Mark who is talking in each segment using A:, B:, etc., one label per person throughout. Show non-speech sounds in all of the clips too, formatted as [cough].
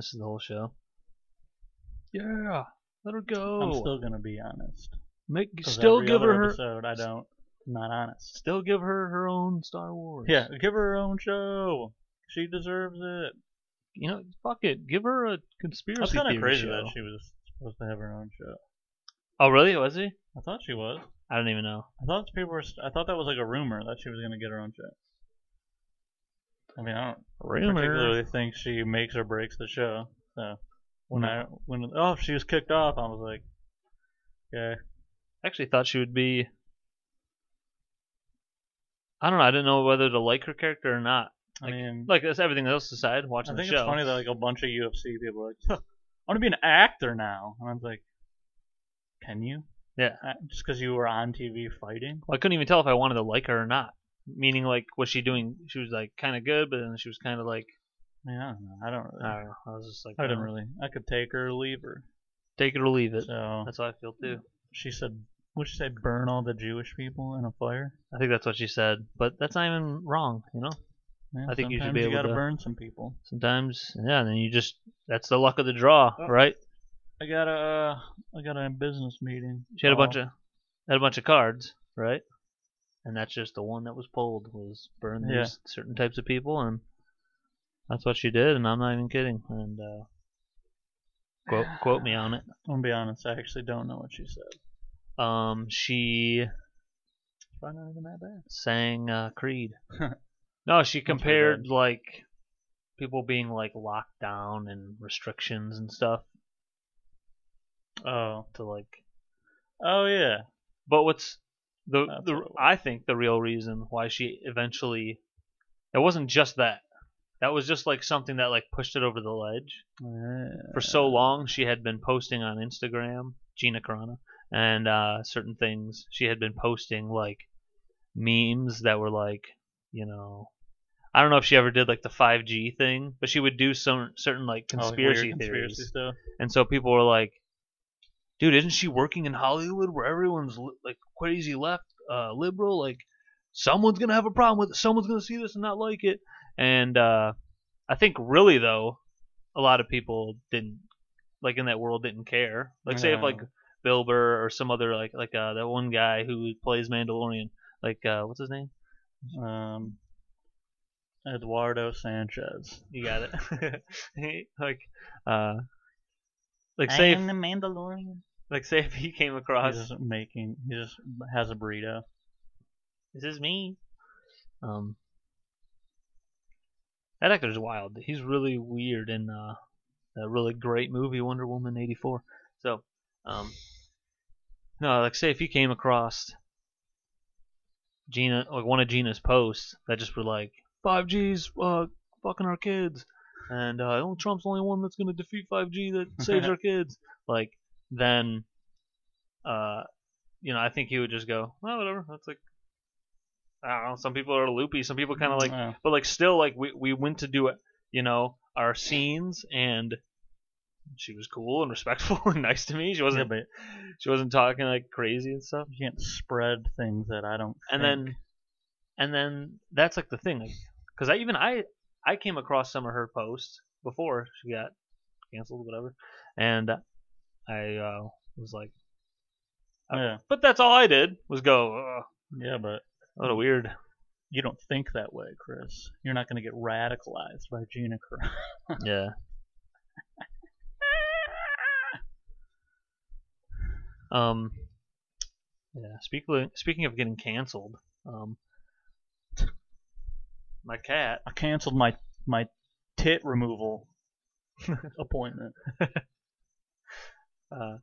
A: to the whole show. Yeah, let her go.
B: I'm still gonna be honest.
A: Make
B: 'Cause
A: still
B: every
A: give
B: other
A: her her
B: episode. I don't. I'm not honest.
A: still give her her own Star Wars.
B: Yeah, give her her own show. She deserves it.
A: you know, fuck it, give her a conspiracy
B: That's kind
A: theory
B: of crazy
A: show.
B: that she was supposed to have her own show.
A: Oh really? Was he?
B: I thought she was.
A: I don't even know.
B: I thought people were. I thought that was like a rumor that she was gonna get her own show. I mean, I don't
A: Rumor.
B: particularly think she makes or breaks the show. So when
A: Mm-hmm.
B: I when oh she was kicked off, I was like, okay,
A: I actually thought she would be. I don't know. I didn't know whether to like her character or not.
B: I mean,
A: Like that's everything else aside,
B: I
A: watching
B: think
A: the show.
B: it's funny that like a bunch of UFC people are like, "Huh, I want to be an actor now, and I was like, can you?
A: Yeah.
B: Uh, Just because you were on TV fighting.
A: Well, I couldn't even tell if I wanted to like her or not. Meaning, like, was she doing? She was like kind of good, but then she was kind of like
B: I mean, I don't know. I don't really.
A: I don't know. I was just like,
B: I didn't
A: uh,
B: really. I could take her or leave her.
A: take it or leave it.
B: So
A: That's how I feel too.
B: she said, "What she said? Burn all the Jewish people in a fire."
A: I think that's what she said, but that's not even wrong, you know.
B: Yeah,
A: I think you should
B: sometimes
A: be able
B: gotta
A: to-
B: burn some people.
A: Sometimes, yeah, then you just that's the luck of the draw,
B: Oh.
A: right?
B: I got a, uh, I got a business meeting.
A: She had a bunch
B: Oh,
A: of had a bunch of cards, right? And that's just the one that was pulled was burn these
B: Yeah.
A: certain types of people, and that's what she did. And I'm not even kidding. And uh, quote quote me on it.
B: I'm gonna be honest. I actually don't know what she said.
A: Um, she
B: It's probably not even that bad.
A: sang uh,
B: [laughs]
A: Creed. no, she compared
B: bad.
A: like people being like locked down and restrictions and stuff
B: Oh,
A: to like.
B: oh yeah.
A: But what's the
B: That's
A: the
B: what it was.
A: I think the real reason why she eventually it wasn't just that. That was just like something that like pushed it over the ledge. For so long she had been posting on Instagram, Gina Carano, and uh, certain things. She had been posting like memes that were like, you know, I don't know if she ever did like the 5G thing, but she would do some certain like
B: Oh, like
A: conspiracy
B: weird
A: theories.
B: Conspiracy stuff.
A: And so people were like, "Dude, isn't she working in Hollywood where everyone's li- like crazy left, uh, liberal? Like, someone's gonna have a problem with it. Someone's gonna see this and not like it." And uh, I think really though, a lot of people didn't like in that world didn't care. Like, say if like
B: No.
A: Bill Burr or some other like like uh, that one guy who plays Mandalorian, like uh, what's his name?
B: Um, Eduardo Sanchez.
A: You got it. [laughs] like, uh, like say if,
B: the Mandalorian.
A: like say if he came
B: He's
A: across.
B: just making. He just has a burrito.
A: This is me. Um, that actor's wild. He's really weird in uh, that really great movie Wonder Woman '84. So, um, no, like say if you came across Gina, like one of Gina's posts that just were like five G's, uh, fucking our kids, and uh, Donald Trump's the only one that's gonna defeat five G that saves our kids. Like then, uh, you know, I think he would just go, well, whatever. That's like, I don't know. Some people are loopy. Some people kind of like
B: Oh,
A: but like still like we, we went to do it you know our scenes and she was cool and respectful [laughs] and nice to me she
B: yeah,
A: wasn't
B: but
A: she wasn't talking like crazy and stuff
B: you can't spread things that I don't. think.
A: and then and then that's like the thing like because i even i i came across some of her posts before she got canceled whatever and i uh, was like
B: yeah,
A: but that's all i did was go uh, "Ugh,
B: yeah, but
A: what a weird
B: you don't think that way, Chris. You're not going to get radicalized by Gina Carano.
A: yeah Um, yeah. Speaking speaking of getting canceled, um, my cat.
B: I canceled my my tit
A: [laughs]
B: removal appointment.
A: Uh,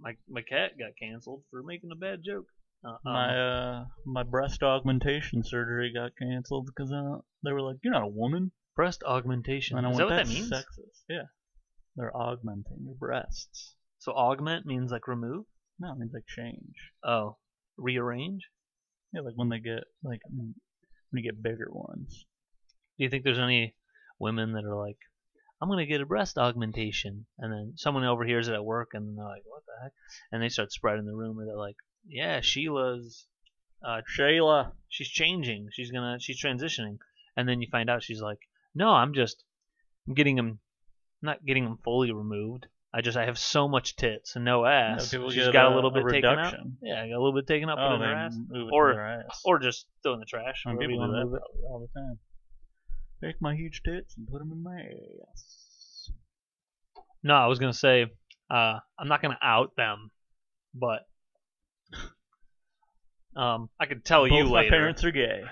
A: my my cat got canceled for making a bad joke. Uh, um,
B: My uh my breast augmentation surgery got canceled because uh, they were like, "You're not a woman,"
A: breast augmentation.
B: and I
A: Is
B: went,
A: that what that
B: "That's
A: means?
B: Sexist. Yeah, they're augmenting your breasts.
A: So augment means like remove.
B: No, it means like change.
A: Oh, rearrange.
B: Yeah, like when they get like when you get bigger ones.
A: Do you think there's any women that are like, I'm gonna get a breast augmentation, and then someone overhears it at work, and they're like, what the heck? And they start spreading the rumor that like, yeah, Sheila's
B: Shayla,
A: she's changing. She's gonna she's transitioning, and then you find out she's like, no, I'm just I'm getting them I'm not getting them fully removed. I just I have so much tits and no ass.
B: people
A: She's
B: get
A: got uh,
B: a-
A: a little
B: a
A: bit taken out.
B: reduction.
A: Yeah, I got a little bit taken up
B: oh,
A: in her
B: they
A: ass,
B: move it to
A: Or-
B: their ass.
A: or just throw in the trash.
B: I mean,
A: wherever you
B: people do
A: wanna
B: that
A: move it.
B: probably all the time. Take my huge tits and put them in my ass.
A: No, I was gonna say uh, I'm not gonna out them, but um, I could tell
B: Both
A: you
B: my
A: later.
B: parents are gay.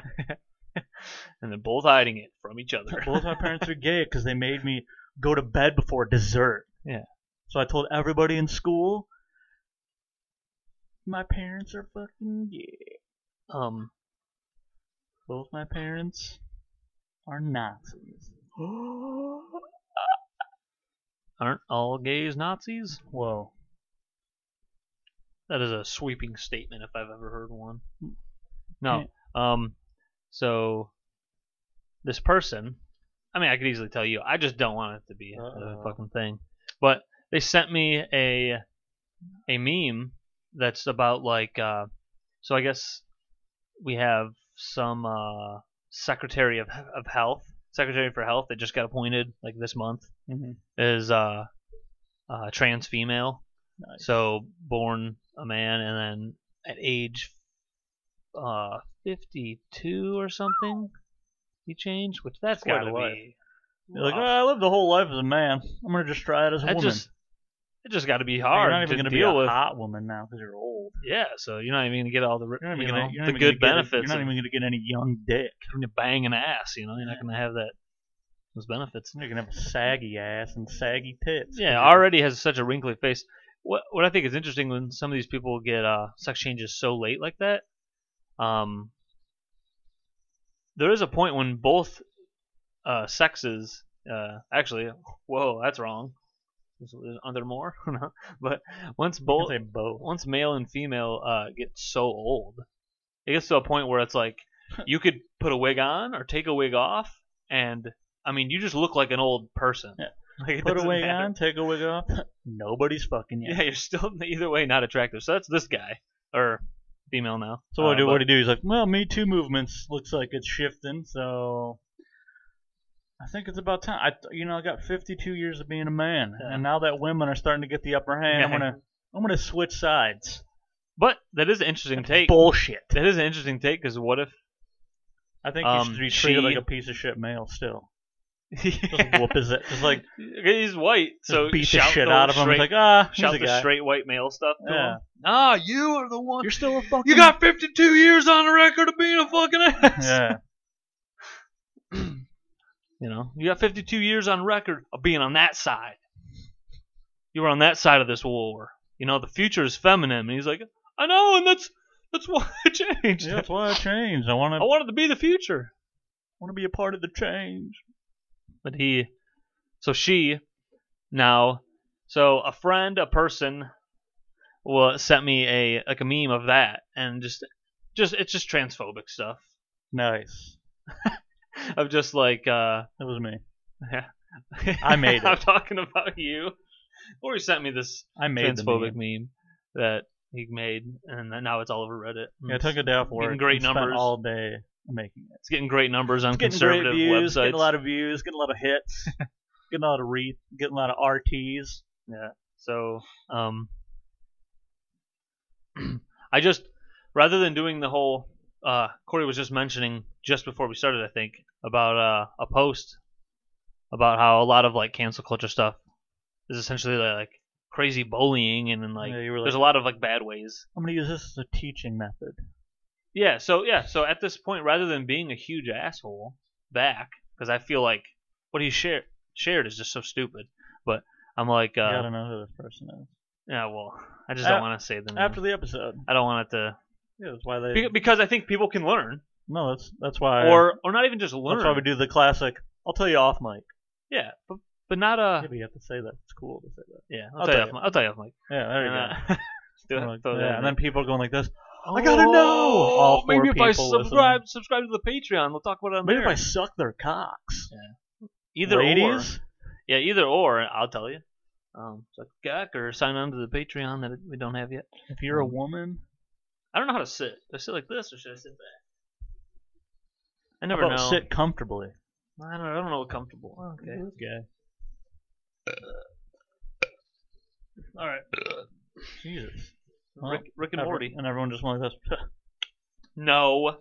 A: and they're both hiding it from each [laughs] other.
B: Both my parents are gay because they made me go to bed before dessert.
A: Yeah.
B: So I told everybody in school, my parents are fucking gay.
A: um,
B: Both my parents are
A: [gasps]
B: Nazis.
A: aren't all gays Nazis?
B: Whoa.
A: That is a sweeping statement if I've ever heard one. No. Um so this person I mean I could easily tell you, I just don't want it to be a, a
B: Uh-oh.
A: fucking thing. But they sent me a a meme that's about like uh so I guess we have some uh Secretary of of Health, Secretary for Health that just got appointed like this month
B: Mm-hmm.
A: is uh, uh trans female.
B: Nice.
A: So born a man and then at age uh 52 or something he changed, which that's
B: Quite a
A: gotta
B: life.
A: be.
B: You're like,
A: rough.
B: "Oh, I lived a whole life as a man. I'm gonna just try it as a
A: "Ah, that
B: woman.
A: just it just got to be
B: Like,
A: hard
B: you're not even
A: to
B: gonna
A: deal
B: be a
A: with.
B: hot woman now because you're old.
A: Yeah, so you're not even gonna get all the ri-
B: You're not
A: you
B: even gonna,
A: know,
B: you're not
A: the
B: even
A: good
B: gonna
A: benefits.
B: Get, you're not
A: of
B: even gonna get any young dick.
A: having to bang an ass. You know, you're not gonna have that those benefits.
B: You're gonna have a saggy ass and saggy tits.
A: Yeah, already has such a wrinkly face. What what I think is interesting when some of these people get uh, sex changes so late like that, um, there is a point when both uh, sexes uh, actually. Whoa, that's wrong. Is- is- Aren't there more? [laughs] No. but once both
B: say both.
A: once male and female uh, get so old, it gets to a point where
B: [laughs]
A: it's like you could put a wig on or take a wig off, and I mean you just look like an old person.
B: Yeah.
A: [laughs] Like, it
B: Put a
A: doesn't
B: wig
A: matter.
B: on, take a wig off. [laughs] Nobody's fucking you.
A: Yeah, you're still [laughs] either way not attractive. So that's this guy or female now.
B: So what
A: Uh,
B: do
A: but
B: what do you do? He's like, well, Me Too movements looks like it's shifting, so I think it's about time. I, you know, I got 52 years of being a man,
A: Yeah.
B: and now that women are starting to get the upper hand, I'm
A: Yeah.
B: [laughs] gonna I'm gonna switch sides.
A: but that is an interesting take.
B: Bullshit.
A: That is an interesting take because what if? [laughs]
B: I think
A: Um,
B: he should be treated
A: she-
B: like a piece of shit male still.
A: [laughs]
B: [laughs] Just whoop his just like
A: Okay, he's white, so
B: just beat the
A: shout
B: shit
A: the
B: out of him.
A: Straight,
B: It's like ah, he's
A: shout
B: a
A: the
B: guy.
A: straight white male stuff. To
B: Yeah.
A: him. Ah, you are the one.
B: You're still a fucking. [laughs]
A: you got 52 years on the record of being a fucking ass.
B: Yeah.
A: You know, you got 52 years on record of being on that side. You were on that side of this war. You know, the future is feminine. And he's like, I know, and that's that's [laughs] why I changed.
B: yeah, that's why I changed. I want
A: I
B: to
A: wanted to be the future.
B: want to be a part of the change.
A: But he, so she, now, so a friend, a person, well, sent me a like a meme of that, and just, just it's just transphobic stuff
B: Nice.
A: of just like, uh,
B: That was me.
A: I [laughs]
B: made
A: I'm
B: it.
A: talking about you. Or he sent me this
B: I made the
A: transphobic
B: meme.
A: meme. that he made, and then now it's all over Reddit.
B: Yeah, I took a day off work.
A: Hmm. Getting great
B: and spent
A: numbers.
B: all day making it.
A: it's getting great numbers on
B: It's getting
A: conservative
B: great views.
A: websites.
B: Getting a lot of views. Getting a lot of
A: [laughs]
B: hits. getting a lot of re. Getting a lot of RTs.
A: so, um, [clears throat] I just rather than doing the whole, uh, Corey was just mentioning just before we started, I think, about uh, a post about how a lot of like cancel culture stuff is essentially like crazy bullying and then like
B: Yeah, you were like-
A: there's a lot of like bad ways
B: I'm gonna use this as a teaching method.
A: Yeah, so yeah, so at this point, rather than being a huge asshole back, because I feel like what he shared shared is just so stupid. But I'm like,
B: you
A: uh,
B: gotta know who this person is.
A: yeah, well, I just don't
B: A-
A: want to say the name.
B: After the episode,
A: I don't want it to
B: yeah, that's why they.
A: Be- because I think people can learn,
B: no, that's that's why.
A: or or not even just learn.
B: that's why we do the classic. I'll tell you off mic.
A: Yeah, but but not uh,
B: Maybe you have to say that. It's cool to say that.
A: yeah. I'll,
B: I'll
A: tell you,
B: tell
A: off, mi- I'll tell you off mic.
B: Yeah, there you
A: And,
B: go.
A: [laughs] uh, do it,
B: I'm like,
A: throw that
B: yeah,
A: in
B: and
A: there.
B: then people are going like this.
A: Oh,
B: I gotta know! All four
A: maybe if I
B: people listening.
A: subscribe subscribe to the Patreon, we'll talk about it on
B: Maybe if
A: there.
B: I suck their cocks.
A: Either or.
B: Ladies,
A: Yeah, either or, I'll tell you. Um, so gack or sign on to the Patreon that we don't have yet.
B: if you're a woman,
A: I don't know how to sit. Do I sit like this or should I sit back? I
B: how
A: never
B: about
A: know.
B: sit comfortably.
A: I don't. I don't know what comfortable. Okay. Uh,
B: This guy.
A: All right,
B: Jesus.
A: Rick, Rick and
B: Every-
A: Morty.
B: And everyone just went like this.
A: No,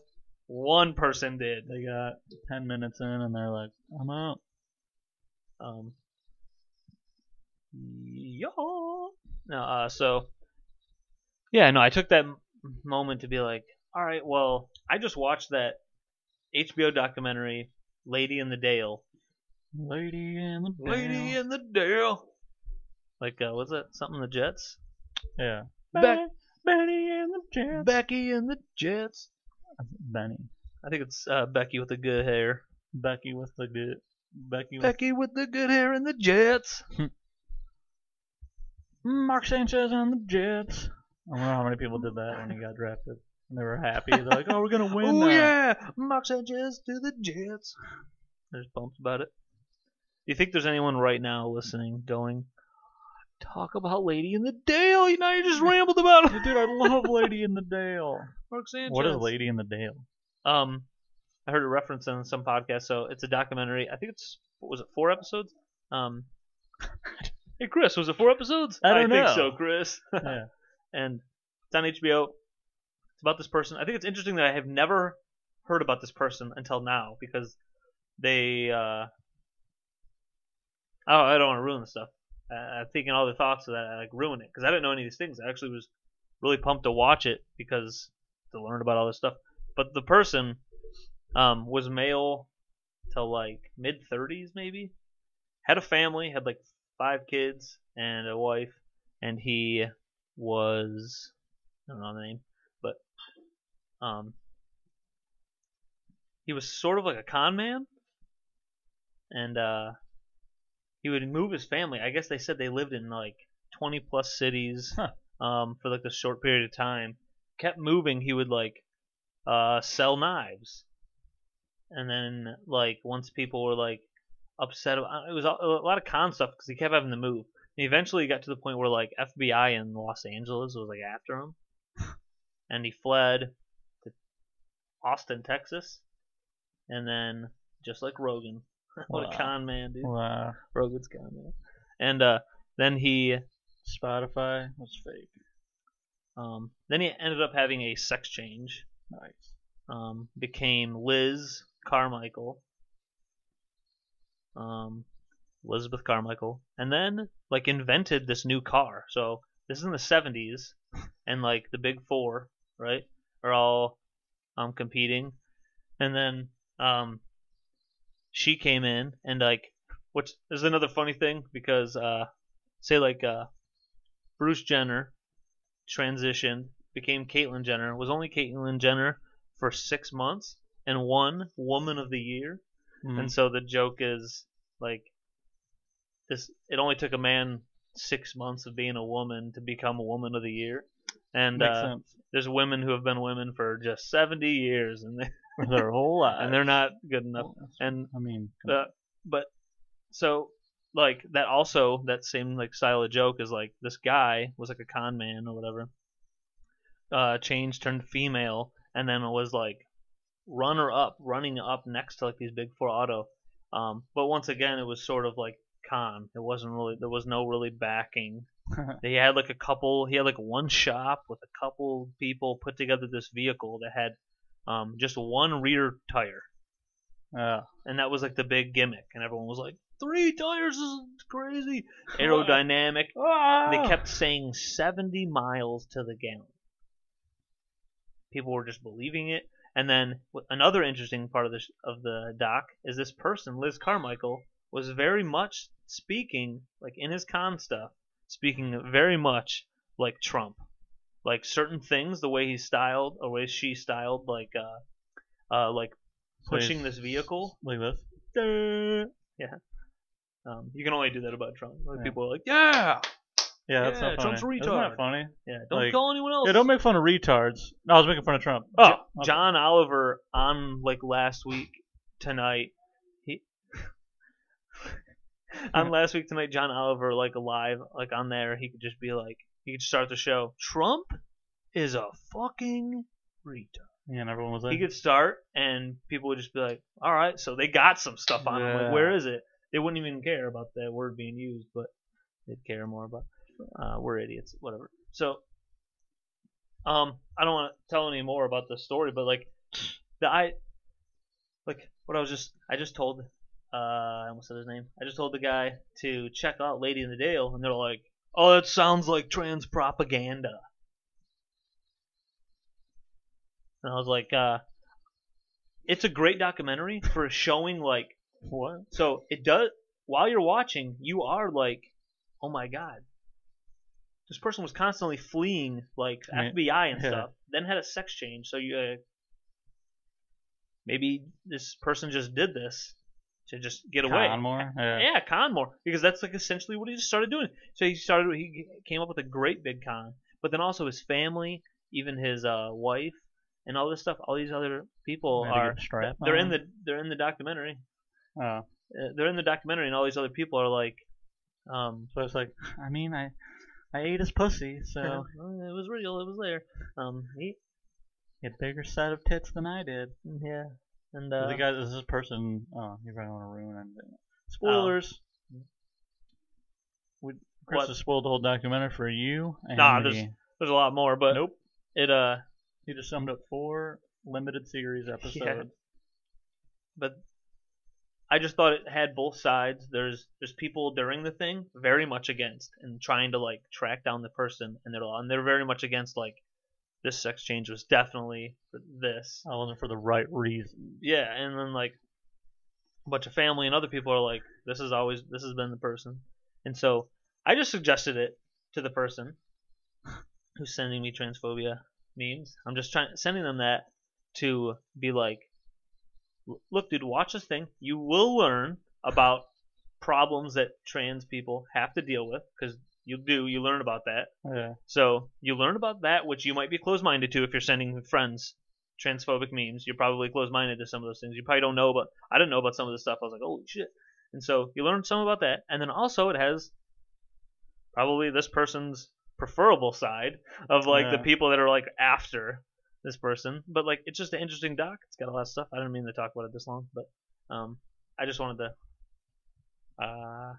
A: one person did.
B: They got 10 minutes in and they're like, I'm out.
A: Um, yeah. No, uh, so yeah, no, I took that m- moment to be like, all right, well, I just watched that HBO documentary, Lady in the Dale.
B: Lady in the Bell.
A: Lady in the Dale. Like, uh, what's that? Something in the Jets.
B: Yeah.
A: Back-
B: Benny and the Jets.
A: Becky and the Jets.
B: Benny.
A: I think it's uh, Becky with the good hair.
B: Becky with the good. Becky with
A: Becky with the good hair and the Jets.
B: Mark Sanchez and the Jets. I wonder how many people did that when he got drafted. And they were happy. They're like, oh, we're going to win.
A: Oh
B: now."
A: yeah, Mark Sanchez to the Jets. There's bumps about it. Do you think there's anyone right now listening going, talk about Lady in the Dale? You know, you just rambled [laughs] about
B: Dude, I love Lady in the Dale.
A: Mark Sanchez.
B: What is Lady in the Dale?
A: Um, I heard a reference on some podcast, so it's a documentary. I think it's what was it four episodes? Um, [laughs] hey Chris, was it four episodes?
B: I don't
A: think
B: know.
A: so, Chris.
B: [laughs] Yeah.
A: and it's on HBO. It's about this person. I think it's interesting that I have never heard about this person until now because they. Uh, oh, I don't want to ruin the stuff. Uh, I'm thinking all the thoughts of that I like ruin it because I didn't know any of these things. I actually was really pumped to watch it because to learn about all this stuff. But the person um, was male till like mid 30s maybe. Had a family, had like five kids and a wife, and he was I don't know the name, but um, he was sort of like a con man, and uh, he would move his family. I guess they said they lived in like 20 plus cities
B: Huh.
A: um, for like a short period of time. Kept moving. He would like uh, sell knives, and then like once people were like upset about it was a a lot of con stuff because he kept having to move. And eventually he got to the point where like FBI in Los Angeles was like after him, and he fled to Austin, Texas, and then just like Rogan, [laughs] what
B: Wow.
A: a con man, dude.
B: Wow.
A: Rogan's con man. And uh, then he
B: Spotify was fake.
A: um, then he ended up having a sex change.
B: Nice.
A: um, became Liz Carmichael, um, Elizabeth Carmichael, and then like invented this new car. So this is in the '70s, and like the big four, right, are all um, competing, and then um, she came in and like, which is another funny thing because uh, say like uh, Bruce Jenner transitioned, became Caitlyn Jenner, was only Caitlyn Jenner for six months and won Woman of the Year.
B: Mm-hmm.
A: And so the joke is like this: it only took a man six months of being a woman to become a Woman of the Year. And
B: Makes
A: uh,
B: sense.
A: there's women who have been women for just 70 years, and [laughs] they,
B: For their [laughs] whole life.
A: and they're not good enough. And
B: I mean,
A: uh, but so like that also that same like style of joke is like this guy was like a con man or whatever uh changed turned female and then was like runner up running up next to like these big four auto um but once again it was sort of like con it wasn't really there was no really backing he had like a couple he had like one shop with a couple people put together this vehicle that had um just one rear tire
B: uh,
A: and that was like the big gimmick and everyone was like three tires is crazy aerodynamic they
B: Ah.
A: kept saying 70 miles to the gallon people were just believing it and then wh- another interesting part of the of the doc is this person liz carmichael was very much speaking like in his con stuff speaking very much like trump like certain things the way he styled or way she styled like uh uh like pushing this vehicle
B: like this. [laughs] Yeah,
A: Um, you can only do that about Trump. Like
B: Yeah.
A: people are like, yeah,
B: that's
A: Yeah,
B: not funny.
A: Trump's
B: Isn't that
A: retard.
B: funny?
A: yeah, don't
B: Like,
A: call anyone else.
B: Yeah, don't make fun of retards. No, I was making fun of Trump.
A: Jo-
B: Oh, okay.
A: John Oliver on like last week tonight. He [laughs] on last week tonight, John Oliver like live like on there. He could just be like, he could start the show. Trump is a fucking retard.
B: Yeah, and everyone was
A: He
B: like,
A: could start, and people would just be like, all right, so they got some stuff on him.
B: Yeah.
A: Like, where is it? They wouldn't even care about that word being used, but they'd care more about. Uh, we're idiots, whatever. So, um, I don't want to tell any more about the story, but like the I, like what I was just I just told, uh, I almost said his name. I just told the guy to check out Lady in the Dale, and they're like, oh, that sounds like trans propaganda. And I was like, uh, it's a great documentary for showing like
B: What?
A: so it does while you're watching, you are like, oh my god, this person was constantly fleeing like
B: Yeah.
A: FBI and
B: Yeah.
A: stuff. Then had a sex change, so you uh, maybe this person just did this to just get away.
B: Conmore? Yeah.
A: Yeah, con more because that's like essentially what he just started doing. So he started he came up with a great big con, but then also his family, even his uh, wife, and all this stuff. All these other people
B: Had to
A: are
B: get strapped
A: they're in
B: on.
A: the they're in the documentary.
B: Oh.
A: Uh, they're in the documentary, and all these other people are like, um,
B: So it's like, I mean, I I ate his pussy,
A: "Well,
B: [laughs] so
A: it was real, it was there. Um, he,
B: he had bigger set of tits than I did.
A: yeah,
B: Is
A: and uh,
B: the guy, is this person? Oh, you probably want to ruin it. Spoilers. We, Chris
A: Oh. What?
B: has spoiled the whole documentary for you. And
A: Nah, there's-
B: me.
A: there's a lot more, but
B: nope.
A: it uh,
B: He just summed up four limited series episodes.
A: but I just thought it had both sides. There's there's people during the thing very much against and trying to like track down the person, and they're and they're very much against like this sex change was definitely this.
B: I wasn't for the right reason.
A: Yeah, and then like a bunch of family and other people are like, this is always this has been the person, and so I just suggested it to the person who's sending me transphobia memes. I'm just trying sending them that to be like, "L- look, dude, watch this thing. You will learn about problems that trans people have to deal with because you do. You learn about that.
B: Yeah.
A: So you learn about that, which you might be closed-minded to if you're sending friends transphobic memes. You're probably closed-minded to some of those things. You probably don't know, but I didn't know about some of this stuff. I was like, holy shit! And so you learn some about that, and then also it has probably this person's preferable side of like the
B: Yeah.
A: people that are like after this person. But like it's just an interesting doc. It's got a lot of stuff. I didn't mean to talk about it this long, but um, I just wanted to uh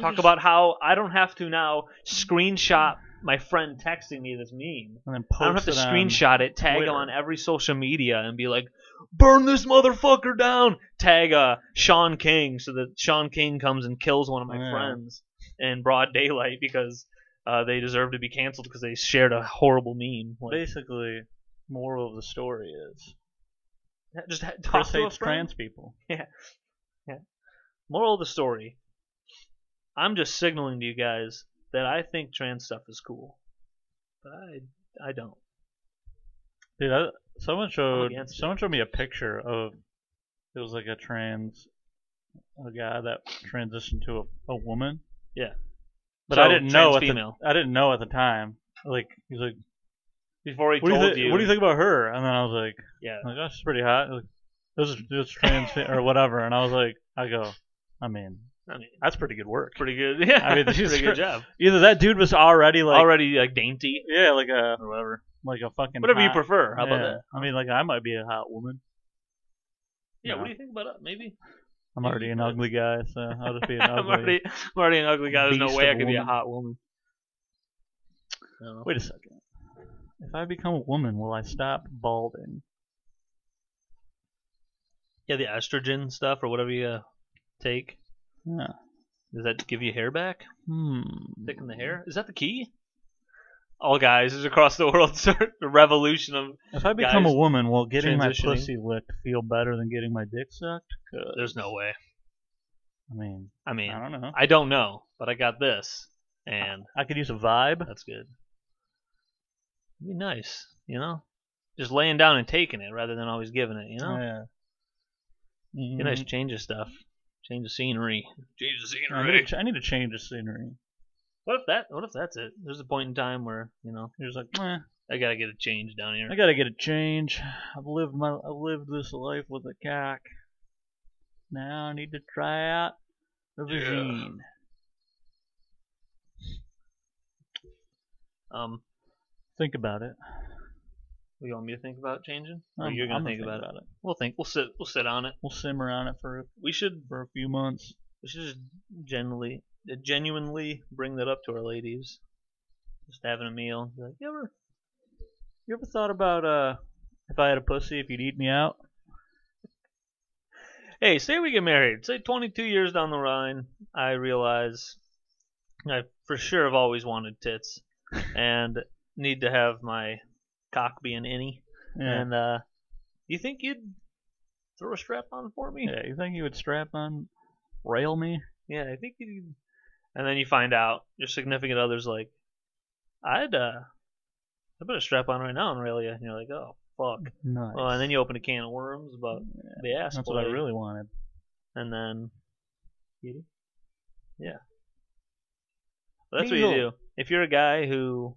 A: talk
B: just-
A: about how I don't have to now screenshot my friend texting me this meme.
B: And then post
A: I don't have to
B: it on-
A: screenshot it, tag
B: Twitter.
A: on every social media, and be like, "Burn this motherfucker down!" Tag uh, Sean King so that Sean King comes and kills one of my
B: Yeah.
A: friends in broad daylight because uh, they deserve to be canceled because they shared a horrible meme. Like,
B: Basically, moral of the story is
A: just ha- talk
B: Chris
A: to a
B: hates
A: friend.
B: trans people.
A: Moral of the story: I'm just signaling to you guys that I think trans stuff is cool, but I I don't.
B: Dude, I, someone showed
A: against it.
B: someone showed me a picture of it was like a trans a guy that transitioned to a, a woman.
A: Yeah.
B: But
A: So,
B: I didn't know
A: trans
B: at the,
A: female.
B: I didn't know at the time. Like he's like,
A: Before he
B: what do,
A: told
B: you thi-
A: you,
B: what do you think about her? And then I was like,
A: Yeah.
B: I'm like oh, she's pretty hot. Like, this is this is trans fe- or whatever. And I was like, I go, I mean,
A: I mean,
B: that's pretty good work.
A: pretty good. [laughs] Yeah,
B: I mean, she's
A: pretty good
B: cr-
A: job.
B: Either that dude was already like,
A: Already like dainty.
B: yeah, like a or whatever, like a fucking
A: Whatever you
B: hot-
A: prefer. How about
B: yeah.
A: that?
B: I mean, like I might be a hot woman.
A: Yeah,
B: Yeah.
A: What do you think about it? Maybe.
B: I'm already an ugly guy, so I'll just be an [laughs] ugly.
A: [laughs] I'm already, I'm already an ugly guy. There's no
B: beast
A: way I
B: of a
A: could be a
B: woman.
A: hot woman. I don't know.
B: Wait a second. If I become a woman, will I stop balding?
A: Yeah, the estrogen stuff or whatever you uh, take.
B: Yeah.
A: Does that give you hair back?
B: Hmm.
A: Thicken the hair? Is that the key? All guys is across the [laughs] world start the revolution of.
B: If I become
A: Guys
B: a woman, will getting my
A: transitioning.
B: pussy licked feel better than getting my dick sucked? 'Cause-
A: uh, There's no way.
B: I mean,
A: I mean,
B: I don't know.
A: I don't know, but I got this, and
B: I could use a vibe.
A: That's good. It'd be nice, you know? Just laying down and taking it rather than always giving it, you know?
B: Yeah. Mm-hmm.
A: Be nice to change of stuff. Change the scenery. Change the
B: Mm, I, need to, ch- I need to change the scenery.
A: What if that what if that's it? There's a point in time where, you know,
B: There's like, eh,
A: I gotta get a change down here.
B: I gotta get a change. I've lived my, I've lived this life with a cock. Now I need to try out the
A: Yeah.
B: vagine.
A: Um
B: Think about it.
A: Well, Um, you want me to think about changing? Or
B: I'm-
A: you're gonna
B: Um, I'm
A: think about it.
B: about it.
A: We'll think. We'll sit. We'll sit on it.
B: We'll simmer on it for
A: We should.
B: for a few months.
A: We should just generally, uh, genuinely bring that up to our ladies. Just having a meal. Be Like, you ever,
B: You ever thought about uh, if I had a pussy, if you'd eat me out?
A: hey, say we get married. Say 22 years down the line, I realize I for sure have always wanted tits, and need to have my cock be an innie.
B: Yeah.
A: And uh, you think you'd throw a strap on for me?
B: yeah. You think you would strap on, rail me?
A: Yeah, I think you. And then you find out your significant other's like, "I'd uh, I better strap on right now and rail you." And you're like, "Oh fuck!"
B: Nice.
A: Well, and then you open a can of worms
B: uh,
A: about the ass.
B: That's what I
A: play,
B: really wanted.
A: And then, yeah. Well, that's what you
B: Needle.
A: do. If you're a guy who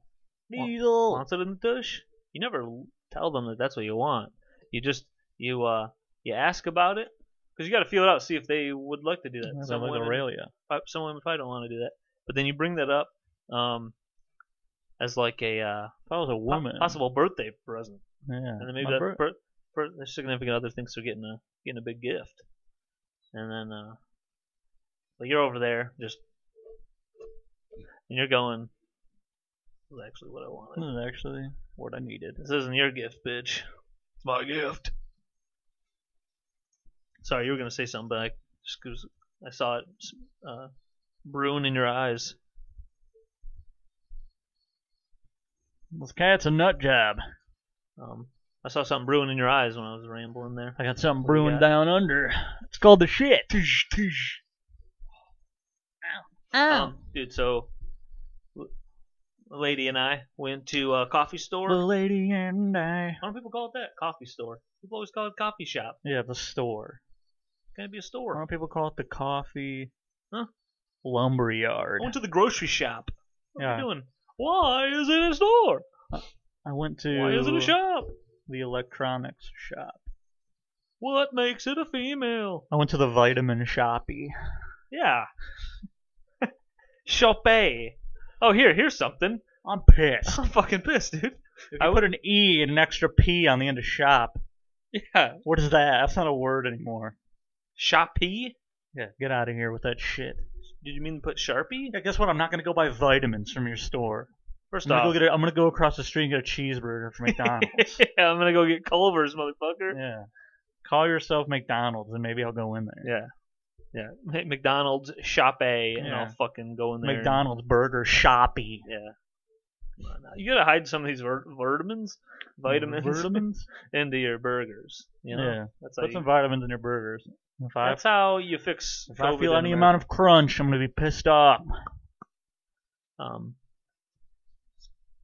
B: Needle.
A: wants it in the douche, you never l- tell them that that's what you want. You just you uh you ask about it because you got to feel it out, see if they would like to do that.
B: Sounds
A: Some
B: like
A: women-
B: Aurelia.
A: prob- some women probably don't want to do that. But then you bring that up um, as like a uh,
B: If I was a
A: po-
B: woman,
A: possible birthday present,
B: Yeah.
A: and then maybe
B: My
A: that
B: bir-
A: per, per, their significant other thinks they're getting a getting a big gift, and then uh, but you're over there just and you're going. This is actually what I
B: this
A: wanted.
B: is actually what I needed.
A: This isn't your gift, bitch. It's my gift. Sorry, you were gonna say something, but I just 'cause I saw it uh, brewing in your eyes.
B: This cat's a nut job.
A: Um, I saw something brewing in your eyes when I was rambling there.
B: I got something
A: What do you
B: brewing
A: got?
B: down under. It's called the shit. Tish, tish. Oh.
A: Um, dude, so l- lady and I went to a coffee store.
B: The lady and I.
A: Why don't people call it that? Coffee store. People always call it coffee shop.
B: Yeah, the store.
A: Can it be a
B: Why
A: store?
B: don't people call it the coffee
A: Huh?
B: lumber yard?
A: I went to the grocery shop. What are
B: Yeah.
A: you doing? Why is it a store?
B: I went to
A: Why is it a shop?
B: the electronics shop.
A: What makes it a female?
B: I went to the vitamin shoppy.
A: Yeah. Shopee. Oh, here, here's something. [laughs]
B: I'm pissed.
A: I'm fucking pissed, dude.
B: If you put an E and an extra P on the end of shop,
A: Yeah.
B: what is that? That's not a word anymore.
A: Shopee?
B: Yeah, get out of here with that shit.
A: Did you mean to put Sharpie?
B: Yeah, guess what? I'm not gonna go buy vitamins from your store.
A: First
B: I'm gonna,
A: off,
B: go get a, I'm gonna go across the street and get a cheeseburger from
A: [laughs]
B: McDonald's.
A: yeah, I'm gonna go get Culver's, motherfucker.
B: yeah. Call yourself McDonald's and maybe I'll go in there.
A: Yeah, yeah. Hey, McDonald's shop A, and
B: Yeah.
A: I'll fucking go in there. and-
B: McDonald's burger shoppy.
A: yeah. Come on now. You gotta hide some of these ver- vitamins, vitamins [laughs]
B: [laughs] Vitamins?
A: into your burgers. You know,
B: Yeah.
A: that's how.
B: Put
A: You,
B: some vitamins in your burgers. If I,
A: that's how you fix.
B: if I
A: COVID
B: feel
A: in
B: any
A: America.
B: amount of crunch, I'm gonna be pissed off.
A: Um,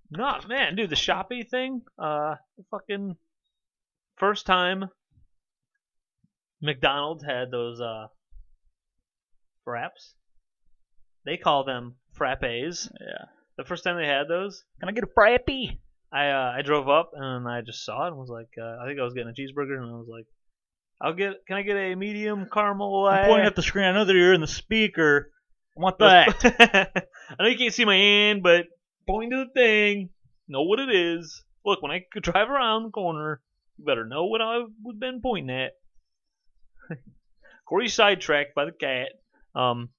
A: no, man, dude, the Shopee thing. Uh, fucking first time McDonald's had those uh fraps. They call them frappes.
B: Yeah.
A: The first time they had those,
B: Can I get a frappy?
A: I uh, I drove up and I just saw it and was like, uh, I think I was getting a cheeseburger and I was like, I'll get, can I get a medium caramel?
B: I'm pointing at the screen. I know that you're in the speaker. I want
A: [laughs]
B: that.
A: I know you can't see my hand, but point to the thing. Know what it is. Look, when I could drive around the corner, you better know what I've been pointing at. [laughs] Corey sidetracked by the cat. Um,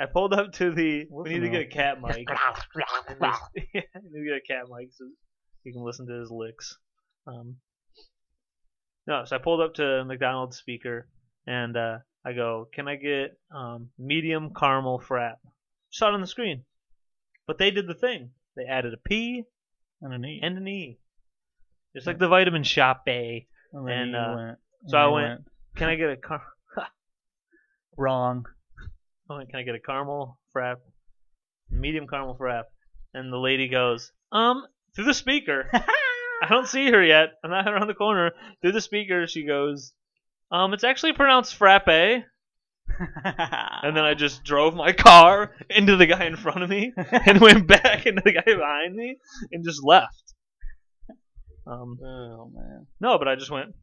A: I pulled up to the. We need to get a cat [laughs] mic.
B: [laughs]
A: And just- [laughs] yeah, we get a cat mic so you can listen to his licks. Um, no, so I pulled up to McDonald's speaker and uh, I go, "Can I get um, medium caramel frap?" Saw it on the screen, but they did the thing. They added a P
B: and an E.
A: and an E, just like the vitamin shop A.
B: then
A: and,
B: you
A: uh,
B: went,
A: so
B: and
A: I
B: you
A: went- Can I get a car? [laughs]
B: wrong. [laughs]
A: I went, Can I get a caramel frap? Medium caramel frap. And the lady goes, um, through the speaker. I don't see her yet. I'm not around the corner. Through the speaker, she goes, um, it's actually pronounced frappe. And then I just drove my car [laughs] into the guy in front of
B: [laughs]
A: me and went back into the guy behind me and just left. Um,
B: Oh man.
A: no, but I just went,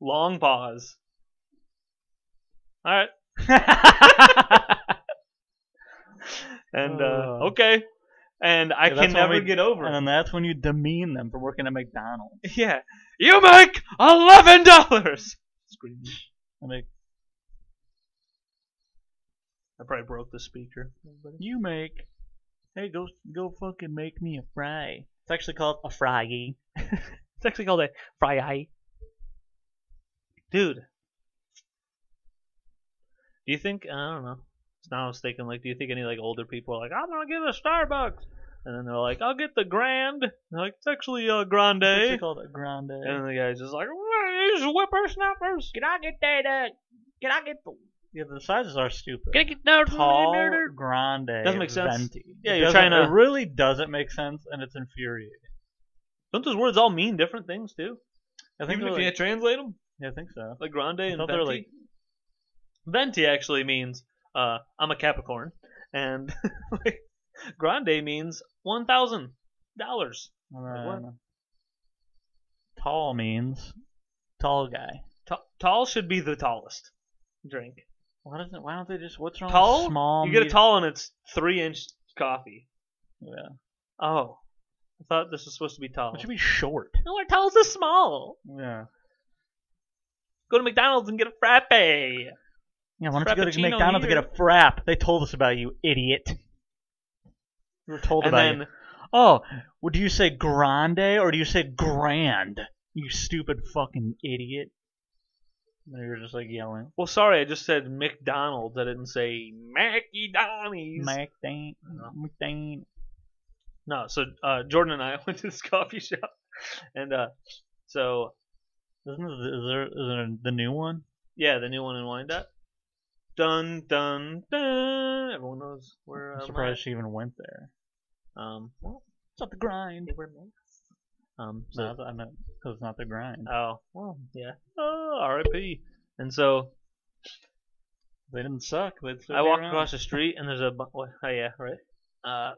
A: long pause. All
B: [laughs]
A: right. and uh,
B: Oh.
A: okay. and I
B: Yeah, that's
A: can
B: when
A: never
B: we-
A: get over
B: And
A: it.
B: then that's when you demean them for working at McDonald's.
A: [laughs] Yeah, you make eleven dollars. Screaming.
B: And they,
A: I probably broke the speaker.
B: you make, hey, go go fucking make me a fry. It's actually called a fry.
A: It's actually called a fry eye. Dude. Do you think I don't know. It's now I was thinking like do you think any like older people are like, I'm gonna get a Starbucks and then they're like, I'll get the grand and they're like it's actually a grande
B: It's actually
A: And
B: called a grande.
A: then the guy's just like "Well, these whippersnappers.
B: Can I get that? Uh, can I get the? Yeah, the sizes are stupid.
A: Get get down
B: Tall grande
A: Doesn't make sense.
B: venti.
A: Yeah,
B: It
A: you're
B: doesn't-
A: trying to-
B: It really doesn't make sense, and it's infuriating.
A: Don't those words all mean different things too?
B: I think
A: Even
B: they're
A: if you
B: like,
A: translate them?
B: yeah, I think so.
A: Like grande and
B: thought
A: venti.
B: they were, like-
A: venti actually means uh, I'm a Capricorn, and [laughs] like, grande means one thousand dollars.
B: Uh,
A: what?
B: Tall means tall guy.
A: Tall should be the tallest drink.
B: Why doesn't? Why don't they just? What's wrong?
A: Tall?
B: With Oh, small.
A: you get a
B: medium-
A: tall and it's three inch coffee.
B: Yeah.
A: Oh, I thought this was supposed to be tall.
B: It should be short.
A: No, our tall's is small.
B: Yeah.
A: Go to McDonald's and get a frappe. It's
B: Yeah. Why don't you go to
A: Frappuccino
B: McDonald's
A: here.
B: and get a frap? They told us about you, idiot. We were told
A: and
B: about
A: then
B: you. Oh, well, do you say grande or do you say grand? You stupid fucking idiot. And you're just like yelling.
A: well, sorry, I just said McDonald's. I didn't say Mackie Donnie's.
B: Mac Dane. Mac Dane.
A: No, so uh, Jordan and I [laughs] went to this coffee shop, and uh, so
B: Isn't this, is there, is there the new one?
A: yeah, the new one in Wyandotte. Dun dun dun. Everyone knows where. uh,
B: I'm
A: I'm
B: surprised she even went there.
A: at. Um,
B: It's not the grind.
A: um,
B: No, I
A: so,
B: thought- I meant 'cause it's not the grind.
A: oh well, yeah. Oh, R.I.P. And so
B: They didn't suck. They'd still
A: I
B: be
A: walk
B: around.
A: across the street, and there's a bu- what- oh yeah right. Uh,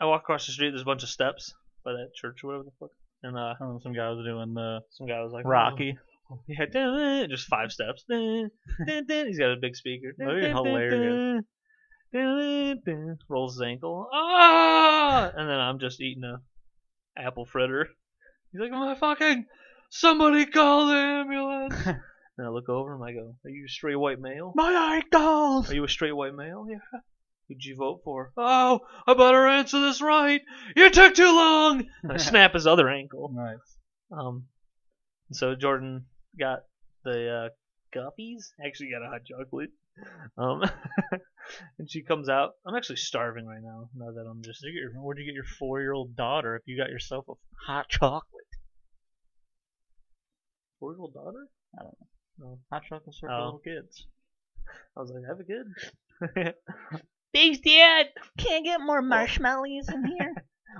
A: I walk across the street. There's a bunch of steps by that church or whatever the fuck. And uh,
B: Oh, some guy was doing the
A: some guy was like
B: [laughs] Rocky.
A: Yeah, dun, dun, just five steps. Dun, dun, dun. He's got a big speaker.
B: That'd be Oh, hilarious.
A: dun, dun, dun. Rolls his ankle. Ah! And then I'm just eating a apple fritter. He's like, my fucking somebody call the ambulance. and I look over him. I go, are you a straight white male?
B: My ankles.
A: Are you a straight white male? Yeah. Who'd you vote for? Oh, I better answer this right. You took too long. And
B: [laughs]
A: I [laughs] snap his other ankle.
B: Nice.
A: Um, so Jordan got the uh, guppies. Actually, got a hot chocolate. Um, [laughs] and she comes out. I'm actually starving right now. Now that I'm just
B: Did you get your- Where'd you get your four-year-old daughter if you got yourself a hot chocolate?
A: four year old daughter. I don't know.
B: Hot chocolate for
A: Oh.
B: little kids.
A: I was like, have a kid. Thanks, Dad.
B: Can't get more marshmallows in [laughs] here.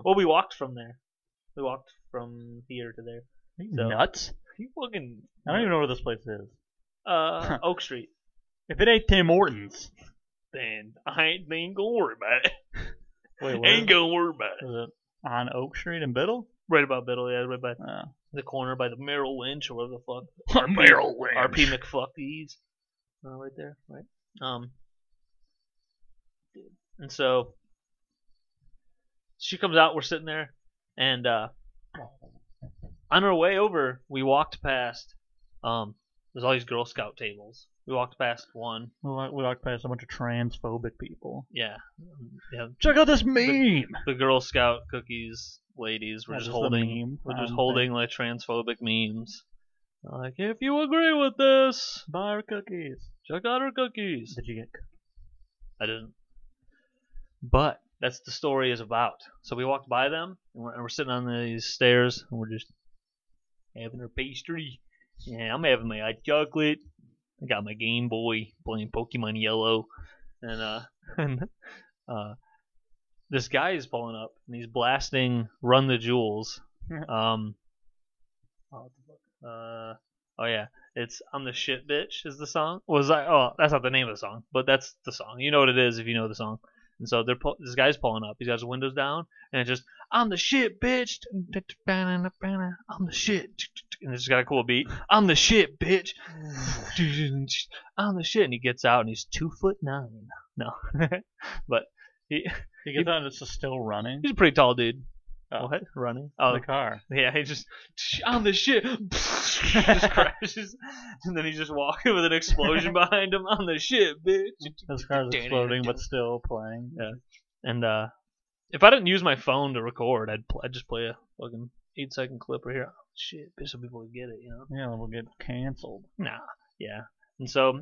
A: Well, we walked from there. We walked from here to there. So-
B: nuts.
A: You fucking.
B: I don't even know where this place is.
A: Uh,
B: [laughs]
A: Oak Street.
B: If it ain't Tim Hortons.
A: Then I ain't, ain't gonna worry about it.
B: Wait, where
A: [laughs] Ain't
B: is
A: gonna worry about it.
B: it? On Oak Street in Biddle?
A: Right about Biddle, yeah, right by
B: Uh,
A: the corner by the Merrill Lynch or whatever the fuck.
B: Merrill
A: RP McFuckies. Uh, right there, right? Um, and so she comes out. We're sitting there, and uh, on our way over, we walked past. Um, there's all these Girl Scout tables. We walked past one.
B: We walk- we walked past a bunch of transphobic people.
A: Yeah, um, yeah.
B: Check out this meme.
A: The Girl Scout cookies ladies were
B: Yeah,
A: just
B: just the
A: holding,
B: meme
A: were
B: on
A: just
B: thing.
A: holding like transphobic memes. Like, if you agree with this,
B: Buy our cookies.
A: check out our cookies.
B: Did you get? cookies?
A: I didn't. But that's the story is about. So we walked by them, and we're, and we're sitting on these stairs, and we're just having our pastry. Yeah, I'm having my hot chocolate. I got my Game Boy playing Pokemon Yellow, and uh, [laughs] and uh, this guy is pulling up, and he's blasting "Run the [laughs] Jewels." um, oh, what the fuck? uh, oh yeah, it's "I'm the shit bitch" is the song. Was I? Oh, that's not the name of the song, but that's the song. You know what it is if you know the song. And so they're pull, this guy's pulling up. He's got his windows down, and it's just "I'm the shit bitch." I'm the shit, and it's got a cool beat. I'm the shit bitch. I'm the shit, and he gets out, and he's two foot nine. No, but He,
B: You get that it's still running.
A: [laughs] he's a pretty tall dude.
B: Oh.
A: What? Running?
B: Oh,
A: Oh,
B: the car.
A: yeah. He just on the shit, [laughs] just crashes, and then he's just walking with an explosion behind him on the shit, bitch.
B: His car's exploding, but still playing.
A: Yeah. And uh, if I didn't use my phone to record, I'd pl- I'd just play a fucking eight second clip right here. Oh, shit, bitch, some people would get it, you know.
B: Yeah, we'll get canceled.
A: Nah. Yeah. And so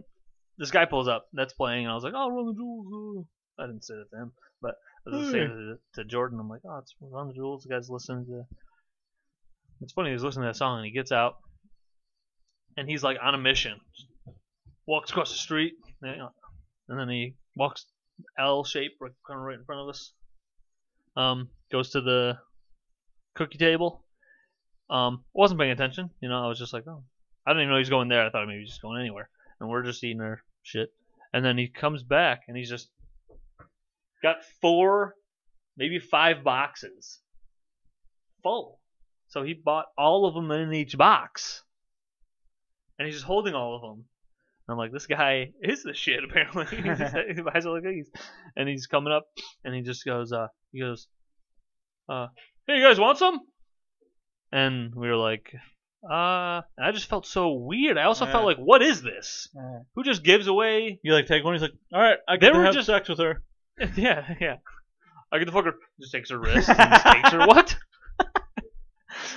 A: this guy pulls up, that's playing, and I was like, oh, Run the Jewels. uh." I didn't say that to him, but I was
B: Hey.
A: saying to, to Jordan, I'm like, oh, it's Run the Jewels. The guy's listening to. It's funny, he's listening to that song, and he gets out, and he's like on a mission. Walks across the street, and and then he walks L shape, right, kind of right in front of us. Um, goes to the cookie table. Um, wasn't paying attention, you know. I was just like, oh, I didn't even know he was going there. I thought maybe he was just going anywhere. And we're just eating our shit. And then he comes back and he's just got four, maybe five boxes full. So he bought all of them in each box. And he's just holding all of them. And I'm like, this guy is the shit, apparently. [laughs] He's just- he buys all the cookies. And he's coming up and he just goes, uh, he goes, uh, hey, you guys want some? And we were like, uh, and I just felt so weird. I also
B: Yeah.
A: felt like, what is this?
B: Yeah.
A: Who just gives away?
B: You like take one. He's like, all right, I
A: They
B: can
A: were
B: have
A: just-
B: sex with her.
A: [laughs] yeah, yeah. I get the fucker. Just takes her wrist and
B: [laughs]
A: just takes her. What?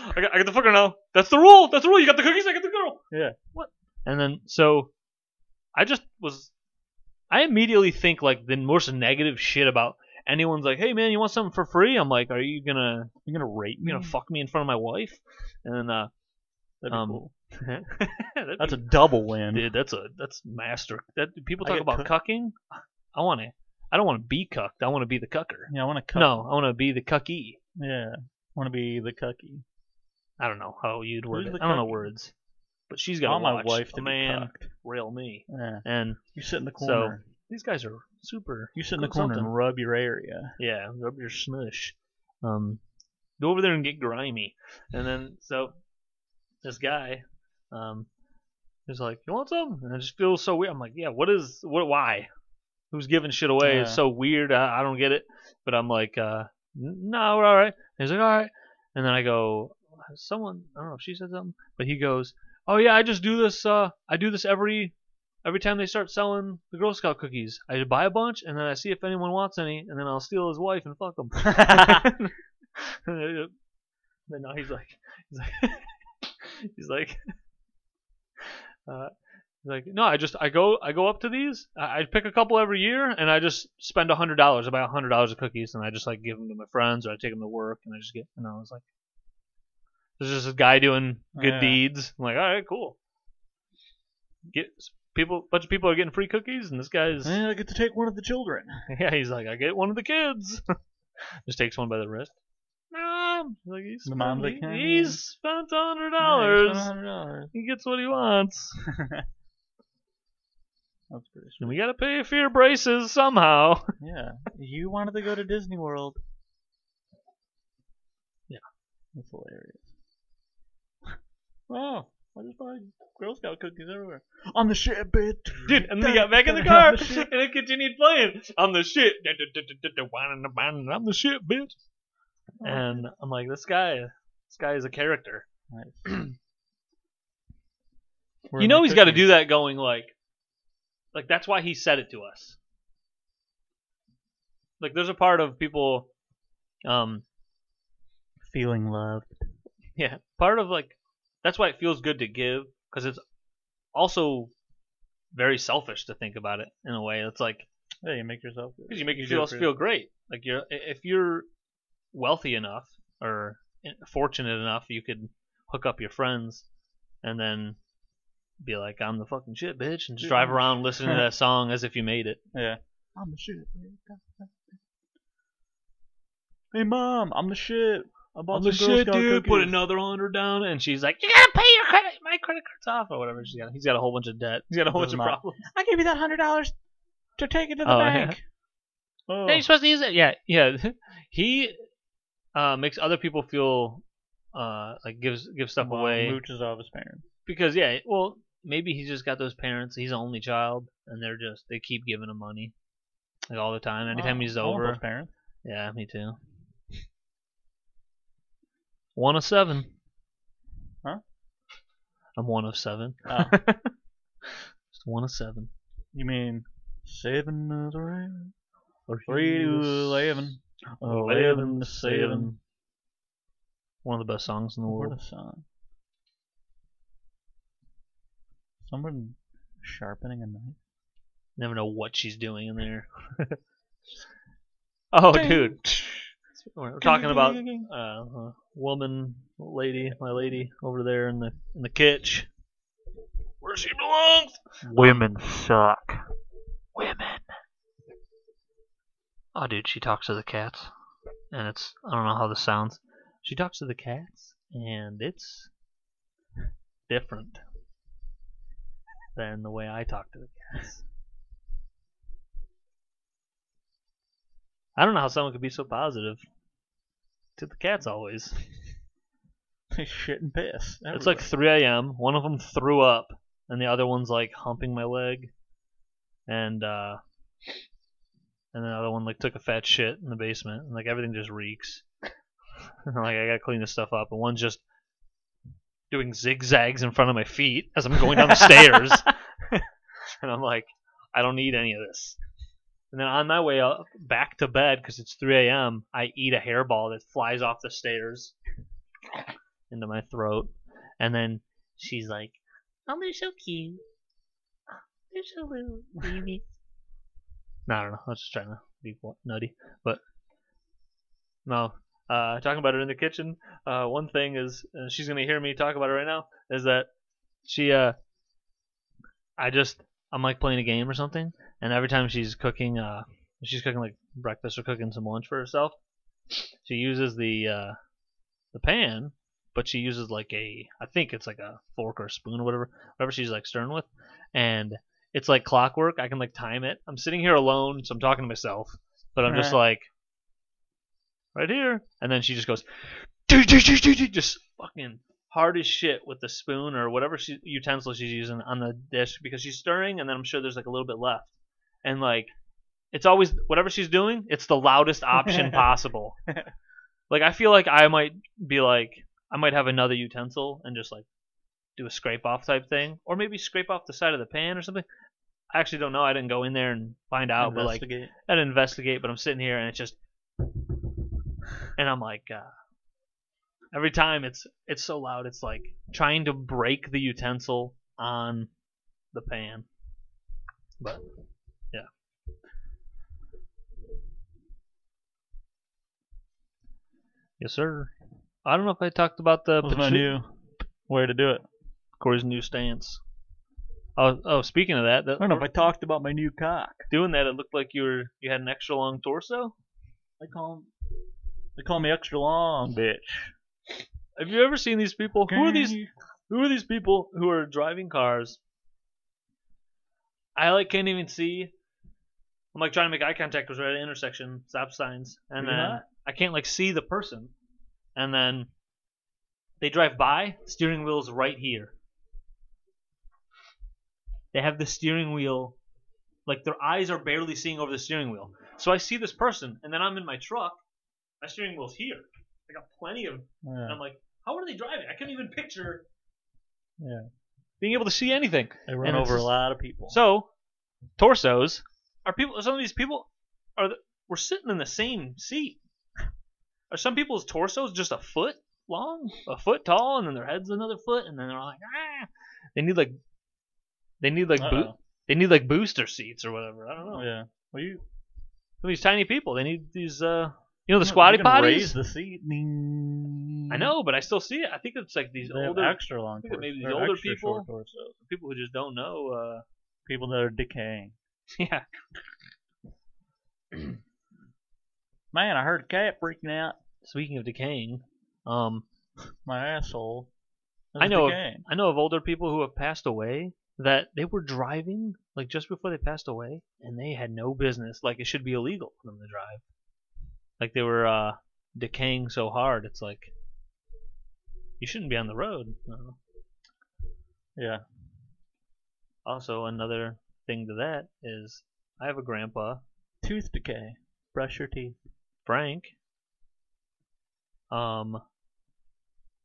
A: I got, I got the fucker now. That's the rule. That's the rule. You got the cookies. I got the girl.
B: Yeah.
A: What? And then so, I just was. I immediately think like the most negative shit about anyone's like, hey man, you want something for free? I'm like, are you gonna
B: You're gonna rape
A: you
B: me?
A: gonna fuck me in front of my wife? And
B: [laughs]
A: uh,
B: That'd be
A: um,
B: cool.
A: that'd
B: That's
A: be-
B: a double win.
A: Dude, that's a that's master. That people
B: I
A: talk
B: get
A: about cucking. I want to. I don't want to be cucked. I want to be the cucker.
B: Yeah, I want to cut.
A: No, I want to be the cucky.
B: Yeah, want to be the cucky.
A: I don't know how you'd word
B: Who's
A: it.
B: the
A: I don't know
B: cucky?
A: words, but she's
B: I
A: got
B: want my
A: watch
B: wife to
A: a
B: be
A: man
B: cucked.
A: rail me.
B: Yeah.
A: And
B: You sit in the
A: So-
B: corner.
A: these guys are super.
B: you sit in the
A: cook
B: corner
A: something.
B: and rub your
A: [laughs]
B: area. [laughs]
A: Yeah, rub your smush. Um, go over there and get grimy. And then so this guy, um, is like, "You want some?" And I just feel so weird. I'm like, "Yeah, what is what? Why? Who's giving shit away?
B: Yeah.
A: It's so weird. I, I don't get it." But I'm like, uh, "N- "No, we're all right." And he's like, "All right." And then I go, "Someone, I don't know if she said something, but he goes, "Oh yeah, I just do this. Uh, I do this every." Every time they start selling the Girl Scout cookies, I buy a bunch and then I see if anyone wants any, and then I'll steal his wife and fuck him. [laughs] then now he's like, he's like, [laughs] he's like, [laughs] uh, he's like, no, I just I go I go up to these, I, I pick a couple every year, and I just spend a hundred dollars, I buy a hundred dollars of cookies, and I just like give them to my friends or I take them to work, and I just get, and I was like, there's just a guy doing good
B: Yeah.
A: deeds. I'm like, all right, cool. Get people, bunch of people are getting free cookies, and this guy's
B: And I get to take one of the
A: [laughs]
B: children.
A: yeah, he's like, I get one of the kids. [laughs] Just takes one by the wrist. Mom, like he's
B: The mom's
A: spent-
B: like,
A: he,
B: "Yeah."
A: he's spent a hundred dollars.
B: dollars.
A: He gets what he wants.
B: That's pretty sweet.
A: And we gotta pay for your braces somehow. [laughs]
B: Yeah. You wanted to go to Disney World.
A: Yeah.
B: That's hilarious. Wow. I just buy Girl Scout cookies everywhere. On the ship, bitch.
A: Dude, and then he got back in the
B: On
A: car [laughs]
B: ship.
A: and it continued playing. I'm the shit. I'm the shit, bitch.
B: Oh,
A: And I'm like, this guy this guy is a character.
B: Nice.
A: you know he's gotta do that going like like that's why he said it to us. Like there's a part of people um [laughs]
B: Feeling loved.
A: Yeah, part of like that's why it feels good to give because it's also very selfish to think about it in a way. It's like
B: Yeah, you make yourself. good.
A: because you make
B: You do
A: you
B: it
A: else
B: for-
A: feel great. Like you're i- if you're wealthy enough or fortunate enough, you could hook up your friends and then be like, "I'm the fucking shit, bitch," and just drive around listening to [laughs] that song as if you made it.
B: Yeah. I'm the shit. bitch. Hey mom, I'm the shit. I bought some Girl Scout Cookies.
A: Put another hundred down, and she's like, "You gotta pay your credit, my credit card's off, or whatever." She's got. He's got a whole bunch of debt. He's got a whole bunch
B: Doesn't
A: of
B: matter.
A: problems.
B: I gave you that hundred dollars to take it to
A: the Oh, yeah. bank.
B: Oh,
A: [laughs] Yeah, you're supposed to use it. Yeah, yeah. [laughs] He uh, makes other people feel uh, like gives gives stuff away
B: Mooches off his parents.
A: because yeah. Well, maybe he's just got those parents. He's an only child, and they're just they keep giving him money. like all the time. Anytime
B: Oh,
A: he's
B: I want
A: over,
B: those parents.
A: yeah, me too. One of seven.
B: Huh?
A: I'm one of seven.
B: Oh. [laughs]
A: [laughs] Just one of seven.
B: You mean seven of the rain? Three to eleven. Eleven to seven.
A: One of the best songs in the
B: What
A: world.
B: a song. Someone sharpening a knife.
A: Never know what she's doing in
B: [laughs]
A: there. [laughs] oh,
B: Ding.
A: dude. We're talking about uh, a woman, lady, my lady over there in the in the kitch, where she belongs. Women suck. Women. Oh, dude, she talks to the cats, and it's I don't know how this sounds. She talks to the cats, and it's different than the way I talk to the cats. I don't know how someone could be so positive to the cats always.
B: They [laughs] shit and piss.
A: It's like 3 a.m. One of them threw up, and the other one's like humping my leg, and uh, and the other one like took a fat shit in the basement, and like everything just reeks. [laughs] And, like I gotta clean this stuff up, and one's just doing zigzags in front of my feet as I'm going down the stairs, [laughs] and I'm like, I don't need any of this. And then on my way up back to bed because it's 3 a.m., I eat a hairball that flies off the stairs into my throat. And then she's like, "Oh, they're so cute. They're so little babies." no, I don't know. I was just trying to be wa- nutty, but no. Uh, talking about it in the kitchen. Uh, one thing is, uh, she's gonna hear me talk about it right now. Is that she? Uh, I just I'm like playing a game or something, and every time she's cooking, uh, she's cooking like breakfast or cooking some lunch for herself. She uses the uh, the pan but she uses like a I think it's like a fork or a spoon or whatever whatever she's like stirring with and it's like clockwork I can like time it I'm sitting here alone so I'm talking to myself but I'm just
B: Right.
A: like right here and then she just goes just fucking hard as shit with the spoon or whatever she, utensil she's using on the dish because she's stirring and then I'm sure there's like a little bit left and like it's always whatever she's doing it's the loudest option possible like I feel like I might be like I might have another utensil and just like do a scrape off type thing, or maybe scrape off the side of the pan or something. I actually don't know. I didn't go in there and find out, but like
B: Investigate.
A: I'd investigate. But I'm sitting here and it's just, and I'm like, uh, every time it's it's so loud. It's like trying to break the utensil on the pan. But yeah, yes, sir. I don't know if I talked about the
B: That was my
A: patchouli-
B: new way to do it.
A: Corey's new stance. Oh, oh speaking of that,
B: I
A: that
B: don't know if I talked about my new cock.
A: doing that, it looked like you were you had an extra long torso.
B: They call 'em- they call me extra long, bitch.
A: Have you ever seen these people? Who are these? Who are these people who are driving cars? I like can't even see. I'm like trying to make eye contact because we're at an intersection, stop signs, and
B: You're
A: then
B: not?
A: I can't like see the person, and then they drive by. Steering wheel's right here. They have the steering wheel, like their eyes are barely seeing over the steering wheel. So I see this person, and then I'm in my truck. My steering wheel's here. I got plenty of and
B: Yeah.
A: I'm like, how are they driving? I couldn't even picture
B: Yeah.
A: being able to see anything.
B: They run
A: and it's
B: over a
A: just-
B: lot of people.
A: So, torsos are people. Some of these people are the, we're sitting in the same seat. Are some people's torsos just a foot long, a foot tall, and then their head's another foot, and then they're like, ah. They need like, they need like boot.
B: Uh-oh.
A: They need like booster seats or whatever. I don't know.
B: Oh, yeah. Well, you
A: Some of these tiny people. They need these. uh You know
B: you
A: the squatty
B: can
A: potties.
B: Raise the seat.
A: I know, but I still see it. I think it's like these
B: They have
A: older
B: extra long
A: I think that
B: torsos.
A: maybe these
B: They're
A: older
B: extra short
A: people-
B: torsos.
A: people who just don't know. uh
B: People that are decaying.
A: [laughs] Yeah.
B: Man, I heard a cat freaking out.
A: Speaking of decaying, um,
B: My asshole.
A: I know of-
B: Decaying.
A: I know of older people who have passed away that they were driving like just before they passed away, and they had no business. Like it should be illegal for them to drive. Like they were uh, decaying so hard, it's like you shouldn't be on the road. No.
B: Yeah.
A: Also, another thing to that is I have a grandpa
B: Tooth decay. Brush your teeth.
A: Frank. Um,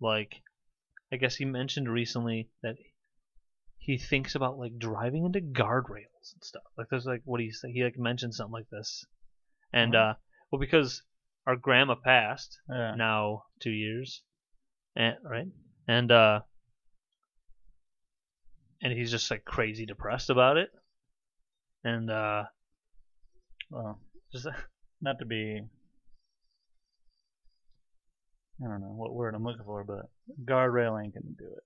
A: like, I guess he mentioned recently that he thinks about like driving into guardrails and stuff. Like, there's like what he said. He like mentioned something like this, and
B: Mhm.
A: uh, well, because our grandma passed
B: Yeah.
A: now two years, and right, and uh, and he's just like crazy depressed about it, and uh,
B: Well,
A: just [laughs]
B: not to be. I don't know what word I'm looking for, but guardrail ain't gonna do it.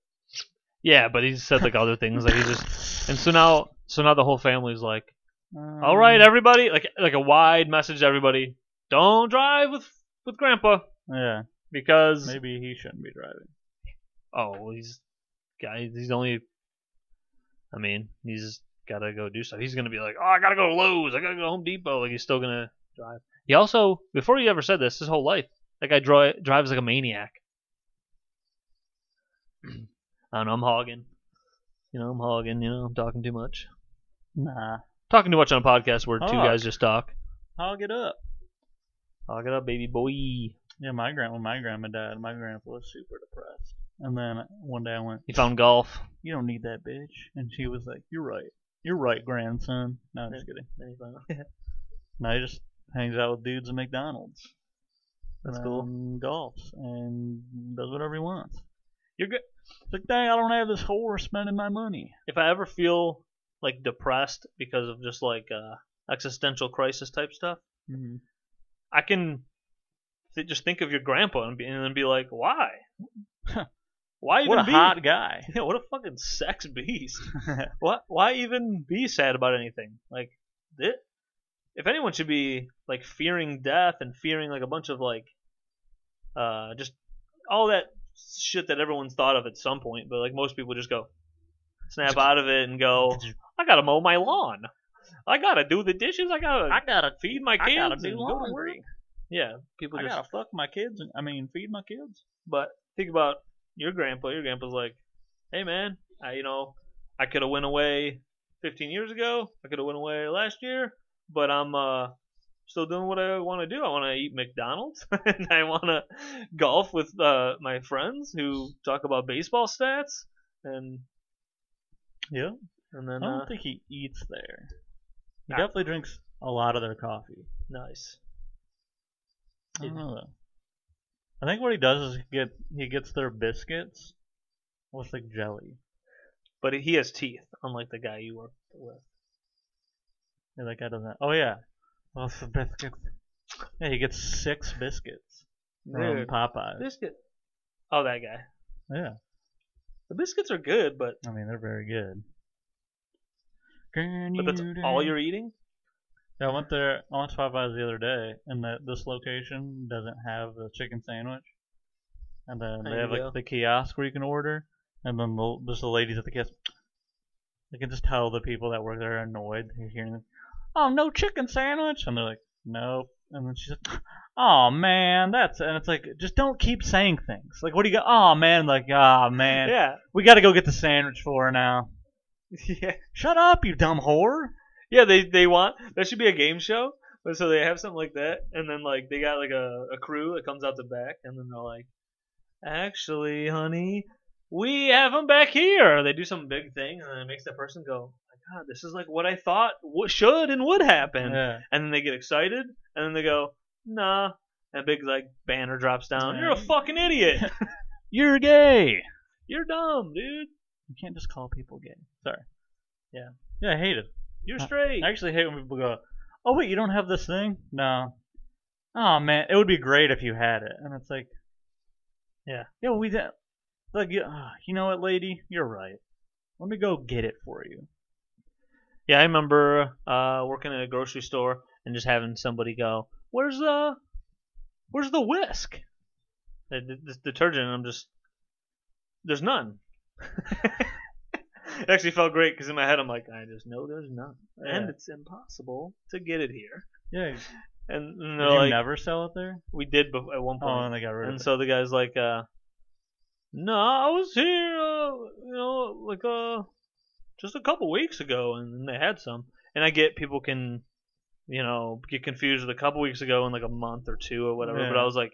A: yeah, but he said like other things like he just And so now, so now the whole family's like,
B: Um,
A: "All right, everybody!" Like, like a wide message to everybody: "Don't drive with with Grandpa
B: yeah.
A: because
B: Maybe he shouldn't be driving.
A: oh, well, he's guy, he's only. I mean, he's gotta go do stuff. He's gonna be like, "Oh, I gotta go to Lowe's. I gotta go to Home Depot." Like, he's still gonna drive. He also, before he ever said this, his whole life, that guy dri- drives like a maniac. [clears throat] I don't know. I'm hogging. You know, I'm hogging. You know, I'm talking too much.
B: Nah.
A: Talking too much on a podcast where two
B: Hog.
A: guys just talk.
B: Hog it up.
A: Hog it up, baby boy.
B: Yeah, my grand when my grandma died, my grandpa was super depressed. And then one day I went,
A: He found golf.
B: "You don't need that bitch," and she was like, "You're right. You're right, grandson." No, I'm just kidding.
A: [laughs]
B: Now he just hangs out with dudes at McDonald's.
A: That's
B: and
A: cool.
B: Golfs and does whatever he wants.
A: You're good.
B: It's like, dang, I don't have this whore spending my money.
A: If I ever feel like depressed because of just like uh, existential crisis type stuff,
B: Mhm.
A: I can th- just think of your grandpa and, be, and then be like, why? [laughs] why even
B: What a
A: be?
B: hot guy.
A: Yeah, [laughs] what a fucking sex beast.
B: [laughs]
A: what? Why even be sad about anything? Like, thi- if anyone should be like fearing death and fearing like a bunch of like, uh, just all that shit that everyone's thought of at some point, but like most people just go snap out of it and go, I gotta mow my lawn, I gotta do the dishes, I gotta
B: gotta
A: feed my kids,
B: I gotta
A: and
B: do
A: go to
B: laundry.
A: work." Yeah, people
B: I
A: just
B: gotta fuck my kids. And, I mean, feed my kids.
A: But think about your grandpa. Your grandpa's like, "Hey, man, I, you know, I could have went away 15 years ago. I could have went away last year, but I'm uh, still doing what I want to do. I want to eat McDonald's [laughs] and I want to golf with uh, my friends who talk about baseball stats and
B: Yeah.
A: and then
B: I don't
A: uh,
B: think he eats there. Oh, He
A: Nah.
B: definitely drinks a lot of their coffee.
A: nice.
B: I don't know though. I think what he does is he get he gets their biscuits with like jelly.
A: But he has teeth, unlike the guy you worked with.
B: Yeah, that guy doesn't. Oh yeah, oh some biscuits. Yeah, he gets six biscuits from
A: Dude,
B: Popeyes.
A: biscuit. Oh, that guy.
B: Yeah,
A: The biscuits are good, but
B: I mean they're very good. Can
A: but that's
B: you
A: all
B: dance?
A: you're eating.
B: Yeah, I went there. I went to Popeyes the other day, and that this location doesn't have the chicken sandwich. And then
A: There
B: they have
A: you
B: like
A: go.
B: the kiosk where you can order, and then the, there's the ladies at the kiosk. You can just tell the people that work there are annoyed. They're hearing, them, "Oh, no chicken sandwich," and they're like, "Nope." And then she's like, "Oh man, that's," and it's like, just don't keep saying things. Like, what do you got? Oh man, like, ah man,
A: Yeah, [laughs]
B: we got to go get the sandwich for her now.
A: yeah,
B: Shut up, you dumb whore.
A: yeah. They they want that should be a game show. But so they have something like that, and then like they got like a, a crew that comes out the back, and then they're like, "Actually, honey, we have them back here." They do some big thing, and then it makes that person go, "My God, this is like what I thought w- should and would happen."
B: Yeah.
A: And then they get excited, and then they go, "Nah." And a big like banner drops down. You're a
B: Right. [laughs]
A: fucking idiot.
B: You're gay.
A: You're dumb, dude.
B: You can't just call people gay. Sorry.
A: Yeah.
B: Yeah, I hate it.
A: You're
B: Uh,
A: straight.
B: I actually hate when people go, "Oh wait, you don't have this thing?" No. Oh man, it would be great if you had it. And it's like,
A: Yeah.
B: yeah, we did. Like, you- ah, you know what, lady, you're right. Let me go get it for you.
A: Yeah, I remember uh, working at a grocery store and just having somebody go, "Where's the, where's the whisk? The, the, this detergent." And I'm just, there's none. [laughs] it actually felt great because in my head I'm like, I just know there's none, and
B: Yeah.
A: it's impossible to get it here.
B: Yeah.
A: And
B: Did
A: and they're
B: you
A: like,
B: never sell it there?
A: we did bef- at one
B: Oh,
A: point,
B: and they got rid
A: and
B: of
A: so the guy's like, uh, "No, I was here, uh, you know, like uh, just a couple weeks ago, and they had some." And I get people can you know, get confused with a couple weeks ago and like a month or two or whatever. But
B: Yeah.
A: I was like,